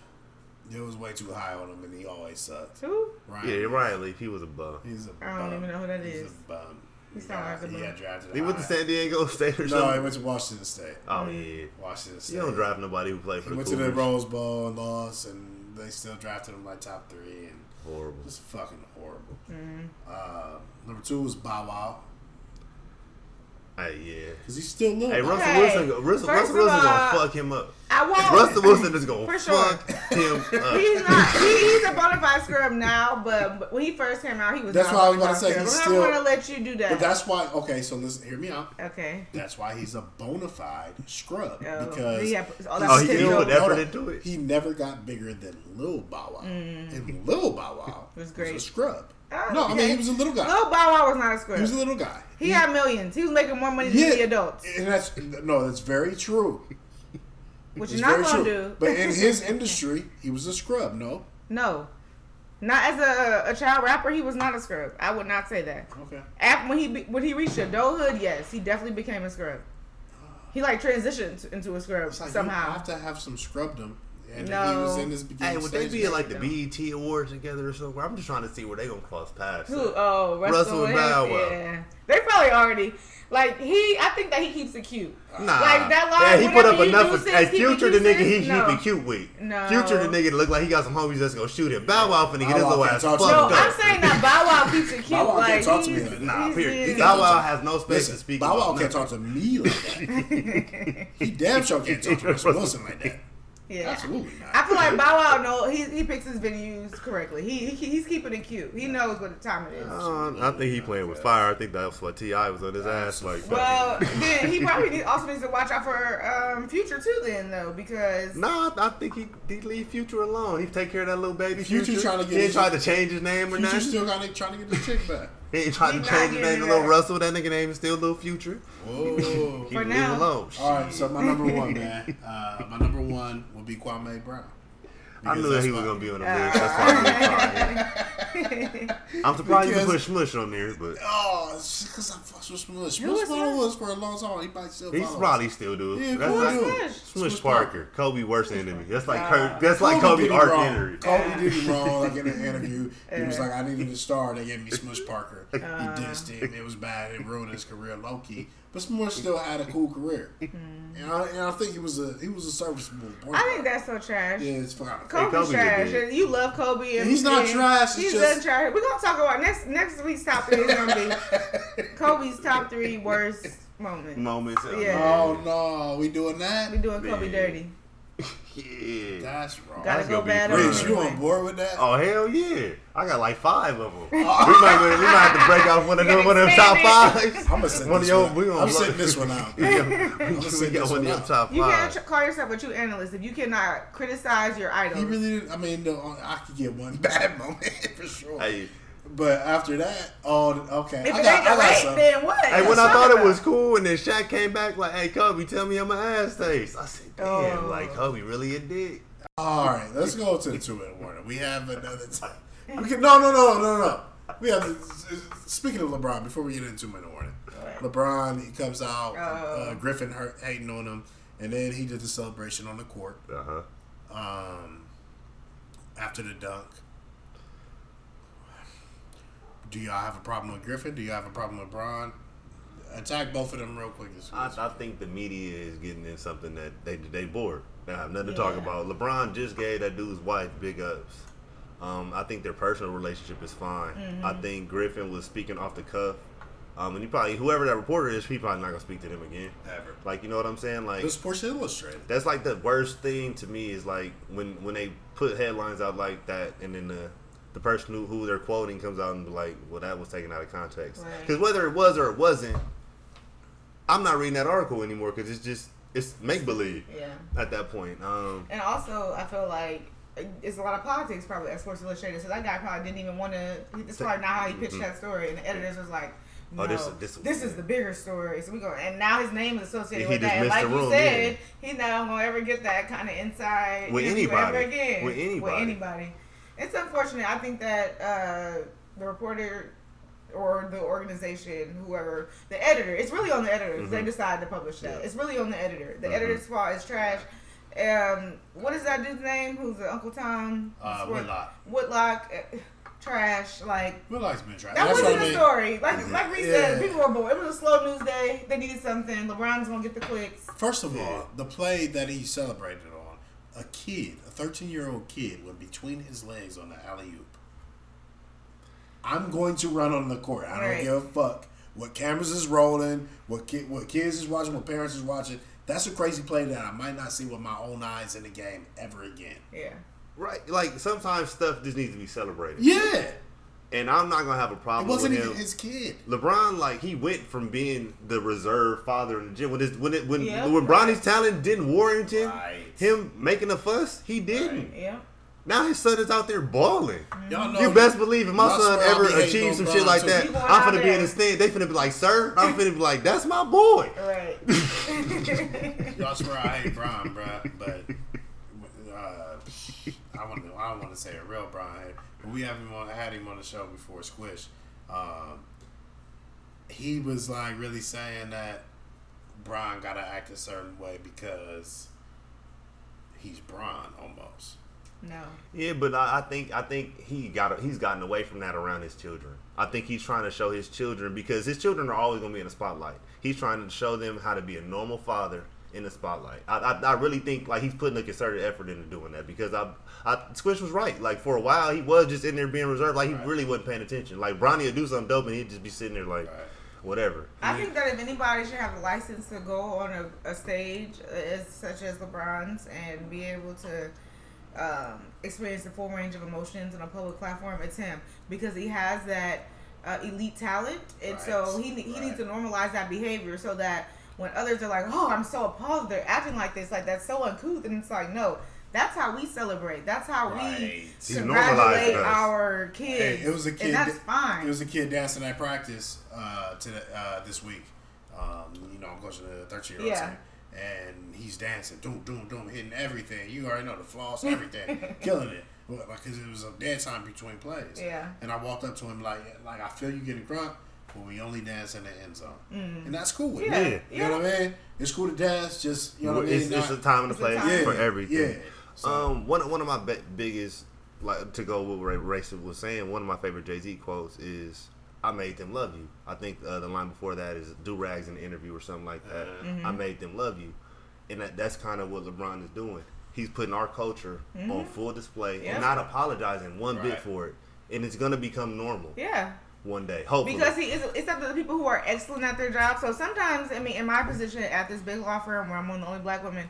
A: It was way too high on him, and he always sucked.
B: Who?
A: Ryan,
C: Yeah,
A: Leaf,
C: Ryan Leaf, he was a bum.
A: He's a
B: I don't
A: bum.
B: even know who that
A: He's
B: is.
A: a bum.
B: He sound like a
A: he
B: bum.
A: got drafted.
C: He went to
A: high.
C: San Diego State
A: No,
C: or
A: he
C: something.
A: went to Washington State.
C: Oh yeah,
A: Washington State.
C: you don't draft nobody who played
A: He
C: for the
A: went to the
C: Cougars.
A: Rose Bowl and lost, and they still drafted him like top three, and
C: Horrible.
A: just fucking horrible.
B: Mm-hmm.
A: Uh, number two was Bow Wow
C: Hey yeah.
A: because he's still little.
C: Hey, Russell
B: Okay.
C: Wilson, Russell,
B: First
C: Russell Wilson
B: of
C: gonna
B: all-
C: fuck him up.
B: I won't.
C: Russell Wilson is gonna
B: For sure.
C: fuck him up.
B: He's not. He's a bona fide scrub now, but when he first came out, he was.
A: That's
B: not
A: what I was
B: bona
A: about to
B: fide
A: say. He's
B: scrub.
A: still-
B: I'm not going to let you do
A: but
B: that.
A: that's why. Okay, so listen, hear me out.
B: okay.
A: That's why he's a bona fide scrub
B: Oh,
A: because
B: yeah, all that
C: Oh, he, he
B: potential.
C: put
A: Hold
C: effort
A: on.
C: into it.
A: he never got bigger than Lil Bow Wow, and Lil Bow Wow
B: Was Mm-hmm. great.
A: a scrub.
B: Oh,
A: no, I mean
B: okay.
A: he was a little guy.
B: Lil Bow Wow was not a scrub.
A: He was a little guy.
B: he had millions. He was making more money than the adults,
A: and that's no, that's very true.
B: which
A: It's
B: you're not
A: very
B: going to
A: true.
B: do.
A: But in his industry, he was a scrub. No,
B: no. Not as a, a child rapper, he was not a scrub. I would not say that.
A: okay.
B: After, when he be- when he reached adulthood, yes, he definitely became a scrub. He like transitioned into a scrub
A: It's like
B: somehow.
A: you have to have some scrubdom, and he
B: No.
A: was in his
C: Hey,
A: beginning.
C: would they
A: stages.
C: be at like the
B: Yeah.
C: BET Awards together or something? I'm just trying to see where they gonna cross paths.
B: Who?
C: at.
B: Oh,
C: Russell
B: Russell, and him?
C: Bow Wow.
B: Yeah, they probably already like he. I think that he keeps it cute.
C: Nah,
B: Like, that line,
C: yeah, he put
B: whenever
C: up
B: you
C: enough.
B: do
C: Of,
B: six,
C: hey,
B: keep it
C: future the
B: two
C: nigga,
B: six?
C: he
B: No.
C: keep it cute with.
B: No.
C: Future the nigga look like he got some homies that's gonna shoot him. Bow Wow finna get his
A: Bow Wow
C: little
A: can't
C: ass
A: talk
C: fucked
A: to
B: No,
A: Oh,
B: I'm
C: up.
B: saying that Bow Wow keeps it cute.
A: Bow Wow
B: like,
A: can't talk to me
B: he's-
A: like that.
C: Nah,
B: he's
C: period.
B: in-
C: Bow Wow has no space to
A: Listen,
C: speak.
A: Bow Wow
C: about
A: can't
C: nothing.
A: talk to me like that. he damn sure can't talk to Russell Wilson like that.
B: Yeah.
A: Absolutely not.
B: I feel like Bow Wow know he he picks his venues correctly. He, he he's keeping it cute. He knows what the time it is.
C: Uh, I think he playing with fire. I think that's what Ti was on his ass. Like,
B: well, then he probably need, also needs to watch out for um, future too. Then though, because
C: nah, I think he, he leave Future alone. He take care of that little baby.
A: Future
C: Future,
A: trying to get
C: he ain't
A: his-
C: trying to change his name or
A: Future
C: nothing.
A: still got trying to get the chick back.
C: He ain't trying
B: He
C: to
B: not
C: change his
B: getting
C: name to
B: it
C: Little
B: up.
C: Russell. That nigga name is still Little Future.
A: Whoa.
C: Keep
B: For
C: him
B: now.
C: alone. Shit.
A: All right, so my number one, man. Uh, my number one would be Kwame Brown.
C: I knew
A: Because
C: that
A: that's
C: he was
A: my-
C: gonna be on the list. That's why I didn't try it. I'm surprised you put
A: Because-
C: Smush on there, but
A: Oh, it's because I fucked with Smush.
B: Who
A: Smush
B: is
A: followed
B: that?
A: us for a long time. He might still
C: he's
A: follow
C: probably still do.
A: Yeah,
C: it.
A: who
C: that's
A: is
C: like
B: Smush?
C: Smush
A: Smush
C: Parker, Kobe worst enemy. That's like
B: Nah.
C: Kirk. That's
A: us.
C: like Kobe
A: did it
C: arch
A: wrong.
C: enemy.
A: Kobe did it wrong. Like in an interview, he was like, "I needed a star. They gave me Smush Parker. He
B: Uh-huh.
A: dissed him. It was bad. It ruined his career, low key. But Smush still had a cool career, and I, and I think he was a he was a serviceable. point
B: Mm-hmm. I
A: guard.
B: think that's so trash.
A: yeah, it's fine.
B: Kobe's
C: Kobe's a
B: trash.
C: dick.
B: and You love Kobe. And
A: He's not
B: and
A: trash, it's
B: He's
A: just-
B: done trash. We're gonna talk about next next week's top three is gonna be Kobe's top three worst moments.
C: Moments.
B: Yeah.
A: Oh no, we doing
B: We
A: that?
B: doing Kobe
C: Man.
B: dirty.
C: yeah.
A: That's wrong.
B: Gotta
C: That's
B: go
C: gonna be
B: bad.
C: crazy.
B: on
A: Rich,
B: Kobe.
A: you on board with that?
C: Oh hell yeah! I got like five of them. we might we might have to break out one of
B: You
C: them
B: gotta
C: one of them top
B: expand
C: fives.
A: I'm gonna sit
C: One of
A: this
C: your-
A: one.
C: we gonna
A: I'm
C: blow-
A: sitting this one out.
C: We got-
A: sitting
C: we got
A: this
C: one of
A: one
C: them
A: out.
C: top
B: You can't
C: five.
B: tr- call yourself a true analyst if you cannot criticize your idol.
A: He really didn't. I mean, no, I could get one bad moment for sure.
C: Hey,
A: But after that, oh, okay.
B: if
A: I
B: it
A: got,
B: ain't
A: I
B: the
A: got
B: right,
A: some.
B: then what?
C: Hey, when
B: What's
C: I
B: up
C: thought it
B: about?
C: was cool, and then Shaq came back like, "Hey, Kobe, tell me how my ass tastes." I said, "Damn,
B: Oh.
C: like Kobe really a dick."
A: All right, let's go to the two minute warning. We have another time. We can, no, no, no, no, no. We have. Speaking of LeBron, before we get into two minute warning, LeBron he comes out. Uh,
B: Oh.
A: Griffin hurt, hating on him, and then he did the celebration on the court
C: Uh huh.
A: um, after the dunk. Do y'all have a problem with Griffin? Do y'all have a problem with Braun? Attack both of them real quick. This
C: I, I think the media is getting in something that they they bored. They have nothing to talk
B: Yeah.
C: about. LeBron just gave that dude's wife big ups. Um, I think their personal relationship is fine.
B: Mm-hmm.
C: I think Griffin was speaking off the cuff, um, and he probably whoever that reporter is, he probably not gonna speak to them again.
A: Ever.
C: Like you know what I'm saying? Like
A: This Sports Illustrated.
C: That's like the worst thing to me is like when when they put headlines out like that, and then the the person who, who they're quoting comes out and be like, "Well, that was taken out of context."
B: Right.
C: Because whether it was or it wasn't, I'm not reading that article anymore because it's just it's make believe
B: Yeah.
C: at that point. Um,
B: And also, I feel like it's a lot of politics probably at Sports Illustrated. So that guy probably didn't even want to. That's probably not how he pitched that story. And the editors was like, No,
C: mm-hmm. Oh, this
B: this,
C: is- this-
B: is the bigger story. So we going and now his name is associated
C: Yeah, he
B: with
C: just
B: that. And
C: missed
B: like
C: the
B: you
C: room,
B: said, he not gonna ever get that kind of inside
C: With
B: interview
C: anybody.
B: ever again.
C: With anybody.
B: anybody. It's unfortunate. I think that uh, the reporter or the organization, whoever, the editor, it's really on the editor. 'cause They
C: Mhm.
B: decide to publish that.
C: Yeah.
B: It's really on the editor. The
C: Mhm.
B: editor's fault. It's trash. Um, what is that dude's name? Who's the Uncle Tom?
A: Uh,
B: Swor-
A: Whitlock.
B: Whitlock. uh, Trash. Like
A: Whitlock's been trash.
B: that
A: That's
B: wasn't
A: what I
B: a
A: mean.
B: story. Like like we said,
A: Yeah.
B: people were bored. It was a slow news day. They needed something. LeBron's gonna get the clicks.
A: First of
C: Yeah.
A: all, the play that he celebrated on, a kid, a 13 year old kid, went between his legs on the alley oop. I'm going to run on the court. I don't
B: Right.
A: give a fuck what cameras is rolling, what ki- what kids is watching, what parents is watching. That's a crazy play that I might not see with my own eyes in the game ever again.
B: Yeah.
C: Right, like sometimes stuff just needs to be celebrated,
A: Yeah,
C: and I'm not gonna have a
A: it
C: problem
A: wasn't
C: with
A: even
C: him.
A: his kid.
C: LeBron, like he went from being the reserve father in the gym when his, when it, when
B: Yeah.
C: when Bronny's talent didn't warrant him,
A: Right.
C: him making a fuss, he didn't.
B: Yeah.
C: Now his son is out there balling.
A: Y'all know
C: You best believe if my
A: Y'all
C: son
A: swear I
C: ever
A: be hating
C: achieves
A: on
C: some shit
A: LeBron,
C: like
A: too.
C: that,
B: He
C: I'm
B: going out
C: finna be
B: there.
C: in the stand. They finna be like, "Sir," I'm finna be like, "That's my boy."
B: All right.
A: Y'all swear I hate Brian, bruh, but uh, I want to. I don't want to say a real Brian, but we haven't had him on the show before. Squish. Um, he was like really saying that Brian got to act a certain way because he's Brian almost.
B: no.
C: Yeah, but I, I think I think he got he's gotten away from that around his children. I think he's trying to show his children because his children are always going to be in the spotlight. He's trying to show them how to be a normal father in the spotlight. I, I, I really think like he's putting a concerted effort into doing that because I, I Squish was right. Like for a while he was just in there being reserved. Like he
A: Right.
C: really wasn't paying attention. Like Bronny would do something dope and he'd just be sitting there like
A: Right.
C: whatever.
B: I think that if anybody should have a license to go on a, a stage uh, as, such as LeBron's and be able to um, experience the full range of emotions on a public platform, it's him because he has that uh, elite talent, and so
A: Right.
B: he ne- he
A: Right.
B: needs to normalize that behavior so that when others are like, "Oh, I'm so appalled they're acting like this, like that's so uncouth," and it's like, no. That's how we celebrate. That's how
A: Right.
B: we
A: He's
B: congratulate
C: normalizing us.
B: our kids.
A: Hey, it was a kid.
B: and that's
A: that-
B: fine.
A: It was a kid dancing at practice uh, to uh, this week. Um, you know, I'm coaching the 13 year old
B: Yeah.
A: team, and he's dancing, doom, doom, doom, hitting everything. You already know the flaws, everything, killing it. Because it was a dead time between plays.
B: Yeah.
A: And I walked up to him like, like I feel you getting drunk, but we only dance in the end zone, and that's cool with
B: Mm. Yeah,
A: me. You know what I mean? It's cool to dance, just you know what I mean.
C: it's, it's
A: Not-
C: a time and a
B: It's a
C: place
B: time.
C: for
A: Yeah,
C: everything.
A: yeah. So-
C: Um, one one of my be- biggest like to go with what Ray Racist was saying. One of my favorite Jay Z quotes is, "I made them love you." I think uh, the line before that is "Do rags in the interview" or something like that.
B: Mm-hmm.
C: I made them love you, and that, that's kind of what LeBron is doing. He's putting our culture on full display
B: Mm-hmm. Yeah.
C: and not apologizing one bit
A: Right.
C: for it. And it's gonna become normal
B: yeah.
C: one day, hopefully.
B: Because he is, it's up to the people who are excellent at their job. So sometimes, I mean, in my position at this big law firm where I'm one of the only black woman,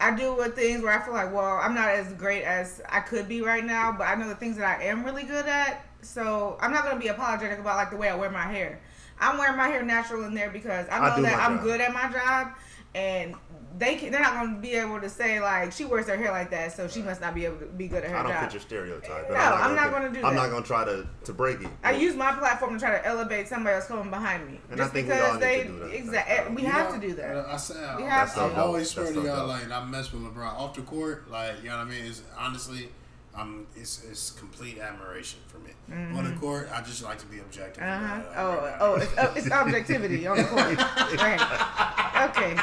B: I deal with things where I feel like, well, I'm not as great as I could be right now, but I know the things that I am really good at. So I'm not going to be apologetic about like the way I wear my hair. I'm wearing my hair natural in there because I
C: I
B: know
C: do
B: that
C: my
B: I'm
C: job.
B: good at my job, and they can, they're not going to be able to say like she wears her hair like that, so she must not be able to be good at her
C: I don't
B: job.
C: fit your stereotype. and
B: No, I'm not
C: gonna-
B: gonna do
C: I'm
B: that.
C: not gonna try to to break it.
B: I use my platform to try to elevate somebody else coming behind me.
C: And I
B: just
C: think we
B: because
C: all need
B: they
C: to do that.
B: exactly we
A: You
B: have
A: know,
B: to do that.
A: I said,
B: We
A: I-
B: have
A: I
B: to.
A: always
C: That's
A: swear
C: so
A: to y'all,
C: dope.
A: like I mess with LeBron off the court, like you know what I mean. It's honestly, um, it's it's complete admiration for me. On the court, I just like to be objective.
B: Mm-hmm. Uh-huh.
A: about it.
B: Oh,
A: Like,
B: oh, it's, oh, it's objectivity on the court. Right. Okay.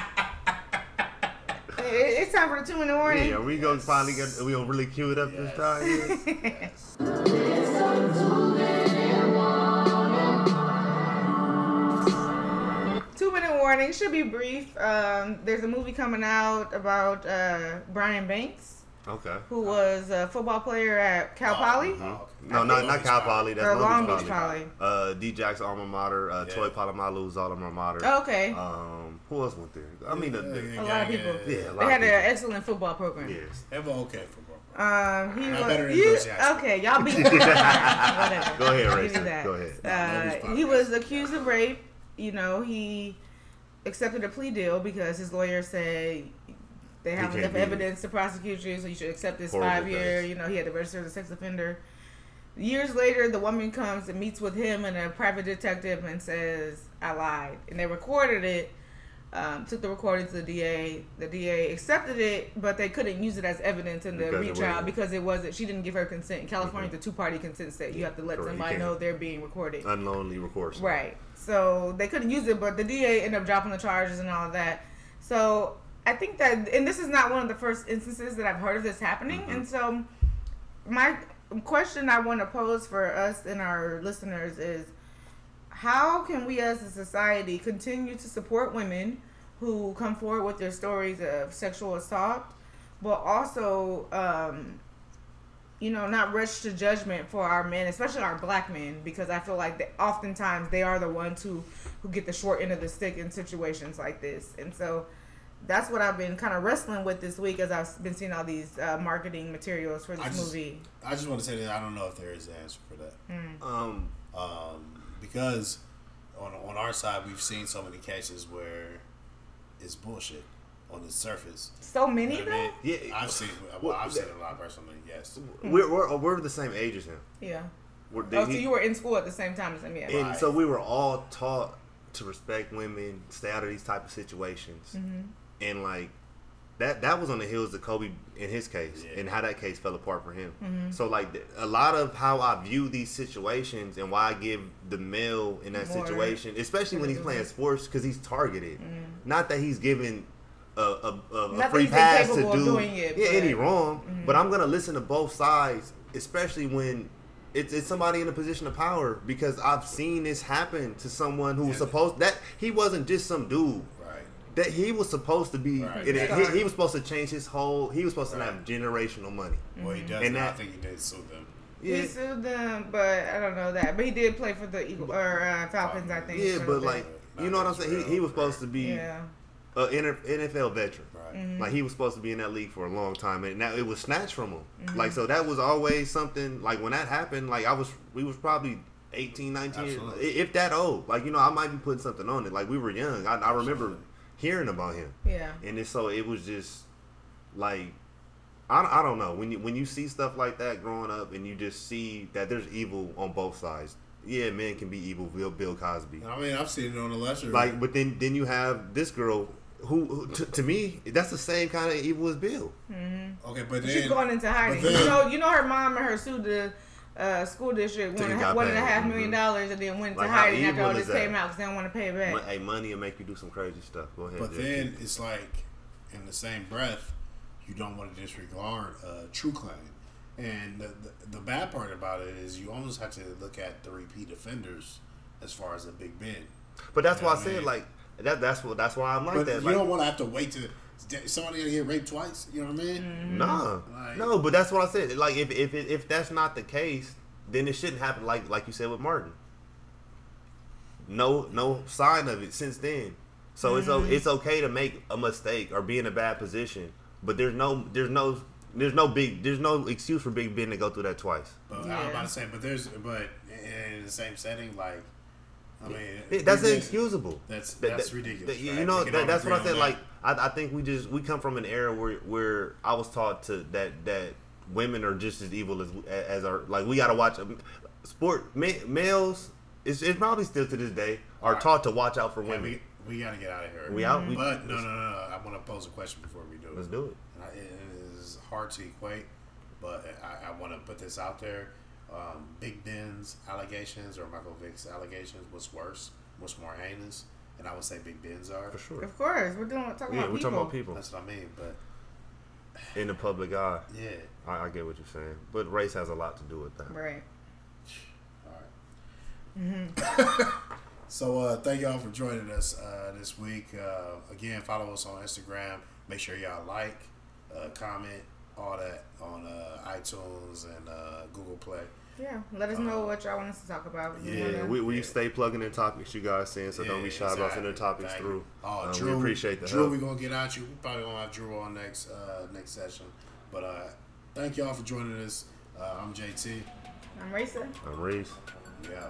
B: It- It's time for the two in the morning.
C: Yeah, are we gonna finally get? we gonna really cue it up
A: Yes.
C: this time?
B: Two minute warning should be brief. Um, there's a movie coming out about uh, Brian Banks,
C: Okay.
B: who was a football player at Cal
C: Uh-huh.
B: Poly.
A: oh, okay.
C: Mm-hmm. No, not not Cal Poly. That's
B: Or
C: Long,
B: Long
C: Beach
B: Beach
C: Poly.
B: Poly.
C: Uh, D-Jack's alma mater. Uh,
A: Yeah.
C: Toy Palomalu's alma mater.
B: Okay.
C: Um, who else went there? I mean, the, the,
B: A lot of
A: Yeah,
B: people.
A: yeah,
C: yeah, a lot
B: They
C: of
B: had an
C: people.
B: excellent football program.
C: Yes.
A: Ever okay for bro.
B: Um, he
A: Not
B: was,
A: better than
B: you,
A: Percy Jackson.
B: okay, y'all be whatever.
C: Go ahead,
B: I'll give you
C: Rachel.
B: that.
C: Go ahead.
B: Uh, he was accused of rape. You know, he accepted a plea deal because his lawyer said they have
C: can't
B: enough
C: beat it.
B: evidence to prosecute you, so you should accept this
C: Horrible
B: five year.
C: things.
B: You know, he had to register as a sex offender. Years later, the woman comes and meets with him and a private detective and says, I lied. And they recorded it, um, took the recording to the DA. The DA accepted it, but they couldn't use it as evidence in the
C: Because it
B: retrial
C: wasn't-
B: because it wasn't, she didn't give her consent. In California, the two party consent state, you have to let
C: correct. You
B: somebody
C: can't-
B: know they're being recorded.
C: Unknowingly records.
B: Right. So they couldn't use it, but the DA ended up dropping the charges and all that. So I think that, and this is not one of the first instances that I've heard of this happening. And so my question I want to pose for us and our listeners is how can we as a society continue to support women who come forward with their stories of sexual assault, but also, um, you know, not rush to judgment for our men, especially our black men, because I feel like they, oftentimes they are the ones who, who get the short end of the stick in situations like this. And so that's what I've been kind of wrestling with this week as I've been seeing all these uh, marketing materials for this
A: I just-
B: movie. Hmm.
A: I just want to say that I don't know if there is an answer for that.
C: Um,
A: um, because on on our side we've seen so many cases where it's bullshit on the surface.
B: So many,
A: You know
B: though?
A: what I mean?
C: Yeah.
A: I've seen well, I've seen it a lot personally. Yes,
C: we're, we're we're the same age as him.
B: Yeah.
C: We're,
B: Hmm. Oh, so
C: he-
B: you were in school at the same time as him, yeah.
C: and
A: Right.
C: so we were all taught to respect women, stay out of these type of situations,
B: Mm-hmm.
C: and like that that was on the heels of Kobe in his case,
A: Yeah.
C: and how that case fell apart for him.
B: Mm-hmm.
C: So like th- a lot of how I view these situations and why I give the male in that
B: More- Mm-hmm.
C: situation, especially when he's playing sports, because he's targeted. Not that he's given. A, a, a,
B: Not that
C: a free
B: he's
C: pass to
B: incapable of
C: do
B: doing it,
C: yeah,
B: but-
C: any wrong,
B: Mm-hmm.
C: but I'm gonna listen to both sides, especially when it's, it's somebody in a position of power because I've seen this happen to someone who was
A: Yeah.
C: supposed that he wasn't just some dude
A: right.
C: that he was supposed to be
A: Right.
C: and it- he, he was supposed to change his whole he was supposed to
A: Right.
C: have generational money.
B: Mm-hmm.
A: Well, he does.
C: And
A: And I
C: that-
A: think he did sue them.
C: Yeah,
B: He sued them, but I don't know that. But he did play for the Eagle, or uh, Falcons, I think.
C: yeah,
B: for a
C: but
B: bit.
C: like
A: Nah,
C: you know what I'm
A: that's
C: saying?
A: real,
C: He, he was
A: bro.
C: supposed to be
B: yeah,
C: a inter- NFL veteran.
A: Right.
B: Mm-hmm.
C: Like he was supposed to be in that league for a long time, and now it was snatched from him. Like so, that was always something. Like when that happened, like I was, we was probably 18, 19, years- i-
A: Absolutely.
C: if that old. Like you know, I might be putting something on it. Like we were young. I, I remember
A: Absolutely.
C: hearing about him,
B: yeah.
C: and it's so it was just like I, I don't know when you when you see stuff like that growing up, and you just see that there's evil on both sides. Yeah, men can be evil. Bill, Bill Cosby.
A: I mean, I've seen it on the lesser.
C: Like, but then then you have this girl who, who t- to me, that's the same kind of evil as Bill.
A: okay, but then
B: She's going into hiding.
A: but
B: you
A: then-
B: know, you know, her mom and her sued the uh, school district one
C: Till
B: and
C: you
B: a
C: got
B: half- one and a
C: paid.
B: half million
C: Mhm.
B: dollars, and then went into
C: Like, how
B: hiding after
C: evil
B: all
C: is
B: this
C: that?
B: came out because they don't want to pay it back.
C: Mon- Hey, money will make you do some crazy stuff. Go ahead.
A: But
C: Jesse.
A: then it's like, in the same breath, you don't want to disregard a true claim. And the, the, the bad part about it is you almost have to look at the repeat offenders as far as a Big Ben.
C: but that's why I
A: Yeah,
C: said
A: man.
C: like that. That's what. That's why I'm like
A: But
C: that.
A: you
C: Like,
A: don't want to have to wait to somebody gonna get raped twice. You know what I mean?
B: Mm-hmm.
C: nah,
A: Like-
C: no. But that's what I said. Like if if it- if that's not the case, then it shouldn't happen. Like like you said with Martin. No no sign of it since then. So it's o- it's okay to make a mistake or be in a bad position, but there's no there's no there's no big there's no excuse for Big Ben to go through that twice.
A: But
B: Yeah.
A: I'm about to say, but there's, but in the same setting, like, I mean,
C: Yeah, that's
A: we did-
C: inexcusable.
A: That's-
C: That-
A: that's
C: that-
A: ridiculous,
C: that- you
A: right?
C: know,
A: We can
C: that,
A: all
C: that's what I
A: agree
C: said.
A: on
C: Like, I, I think we just we come from an era where where I was taught to that that women are just as evil as as our like we got to watch um, sport ma- males. It's, it's probably still to this day are
A: Alright.
C: taught to watch out for
A: Yeah,
C: women.
A: we we gotta get out of here.
C: We out? We-
A: but no, no, no, no. I want to pose a question before we do.
C: Let's do it.
A: And I, it is hard to equate, but I, I want to put this out there. Um, Big Ben's allegations or Michael Vick's allegations, what's worse? What's more heinous? And I would say Big Ben's are.
C: for sure.
B: of course, we're doing talking
C: Yeah,
B: about
C: we're
B: people.
C: talking about people
A: That's what I mean. But
C: in the public eye.
A: yeah,
C: I, I get what you're saying, but race has a lot to do with that.
B: right?
A: all right. So uh, thank y'all for joining us uh, this week. Uh, again, follow us on Instagram. Make sure y'all like, uh, comment, all that on uh, iTunes and uh, Google Play.
B: Yeah. Let us know what y'all want us to talk about. We
A: Yeah,
C: Um, Yeah,
B: wanna-
C: we, we stay plugging in topics you guys send, so don't be shy about sending topics
A: Thank you.
C: through.
A: Oh,
C: Um,
A: Drew,
C: we appreciate the
A: Drew,
C: help.
A: we gonna get at you. We probably gonna have Drew on next uh, next session. But uh, thank y'all for joining us. Uh, I'm JT.
B: I'm Raisa.
C: I'm Um, Reese.
A: Yeah.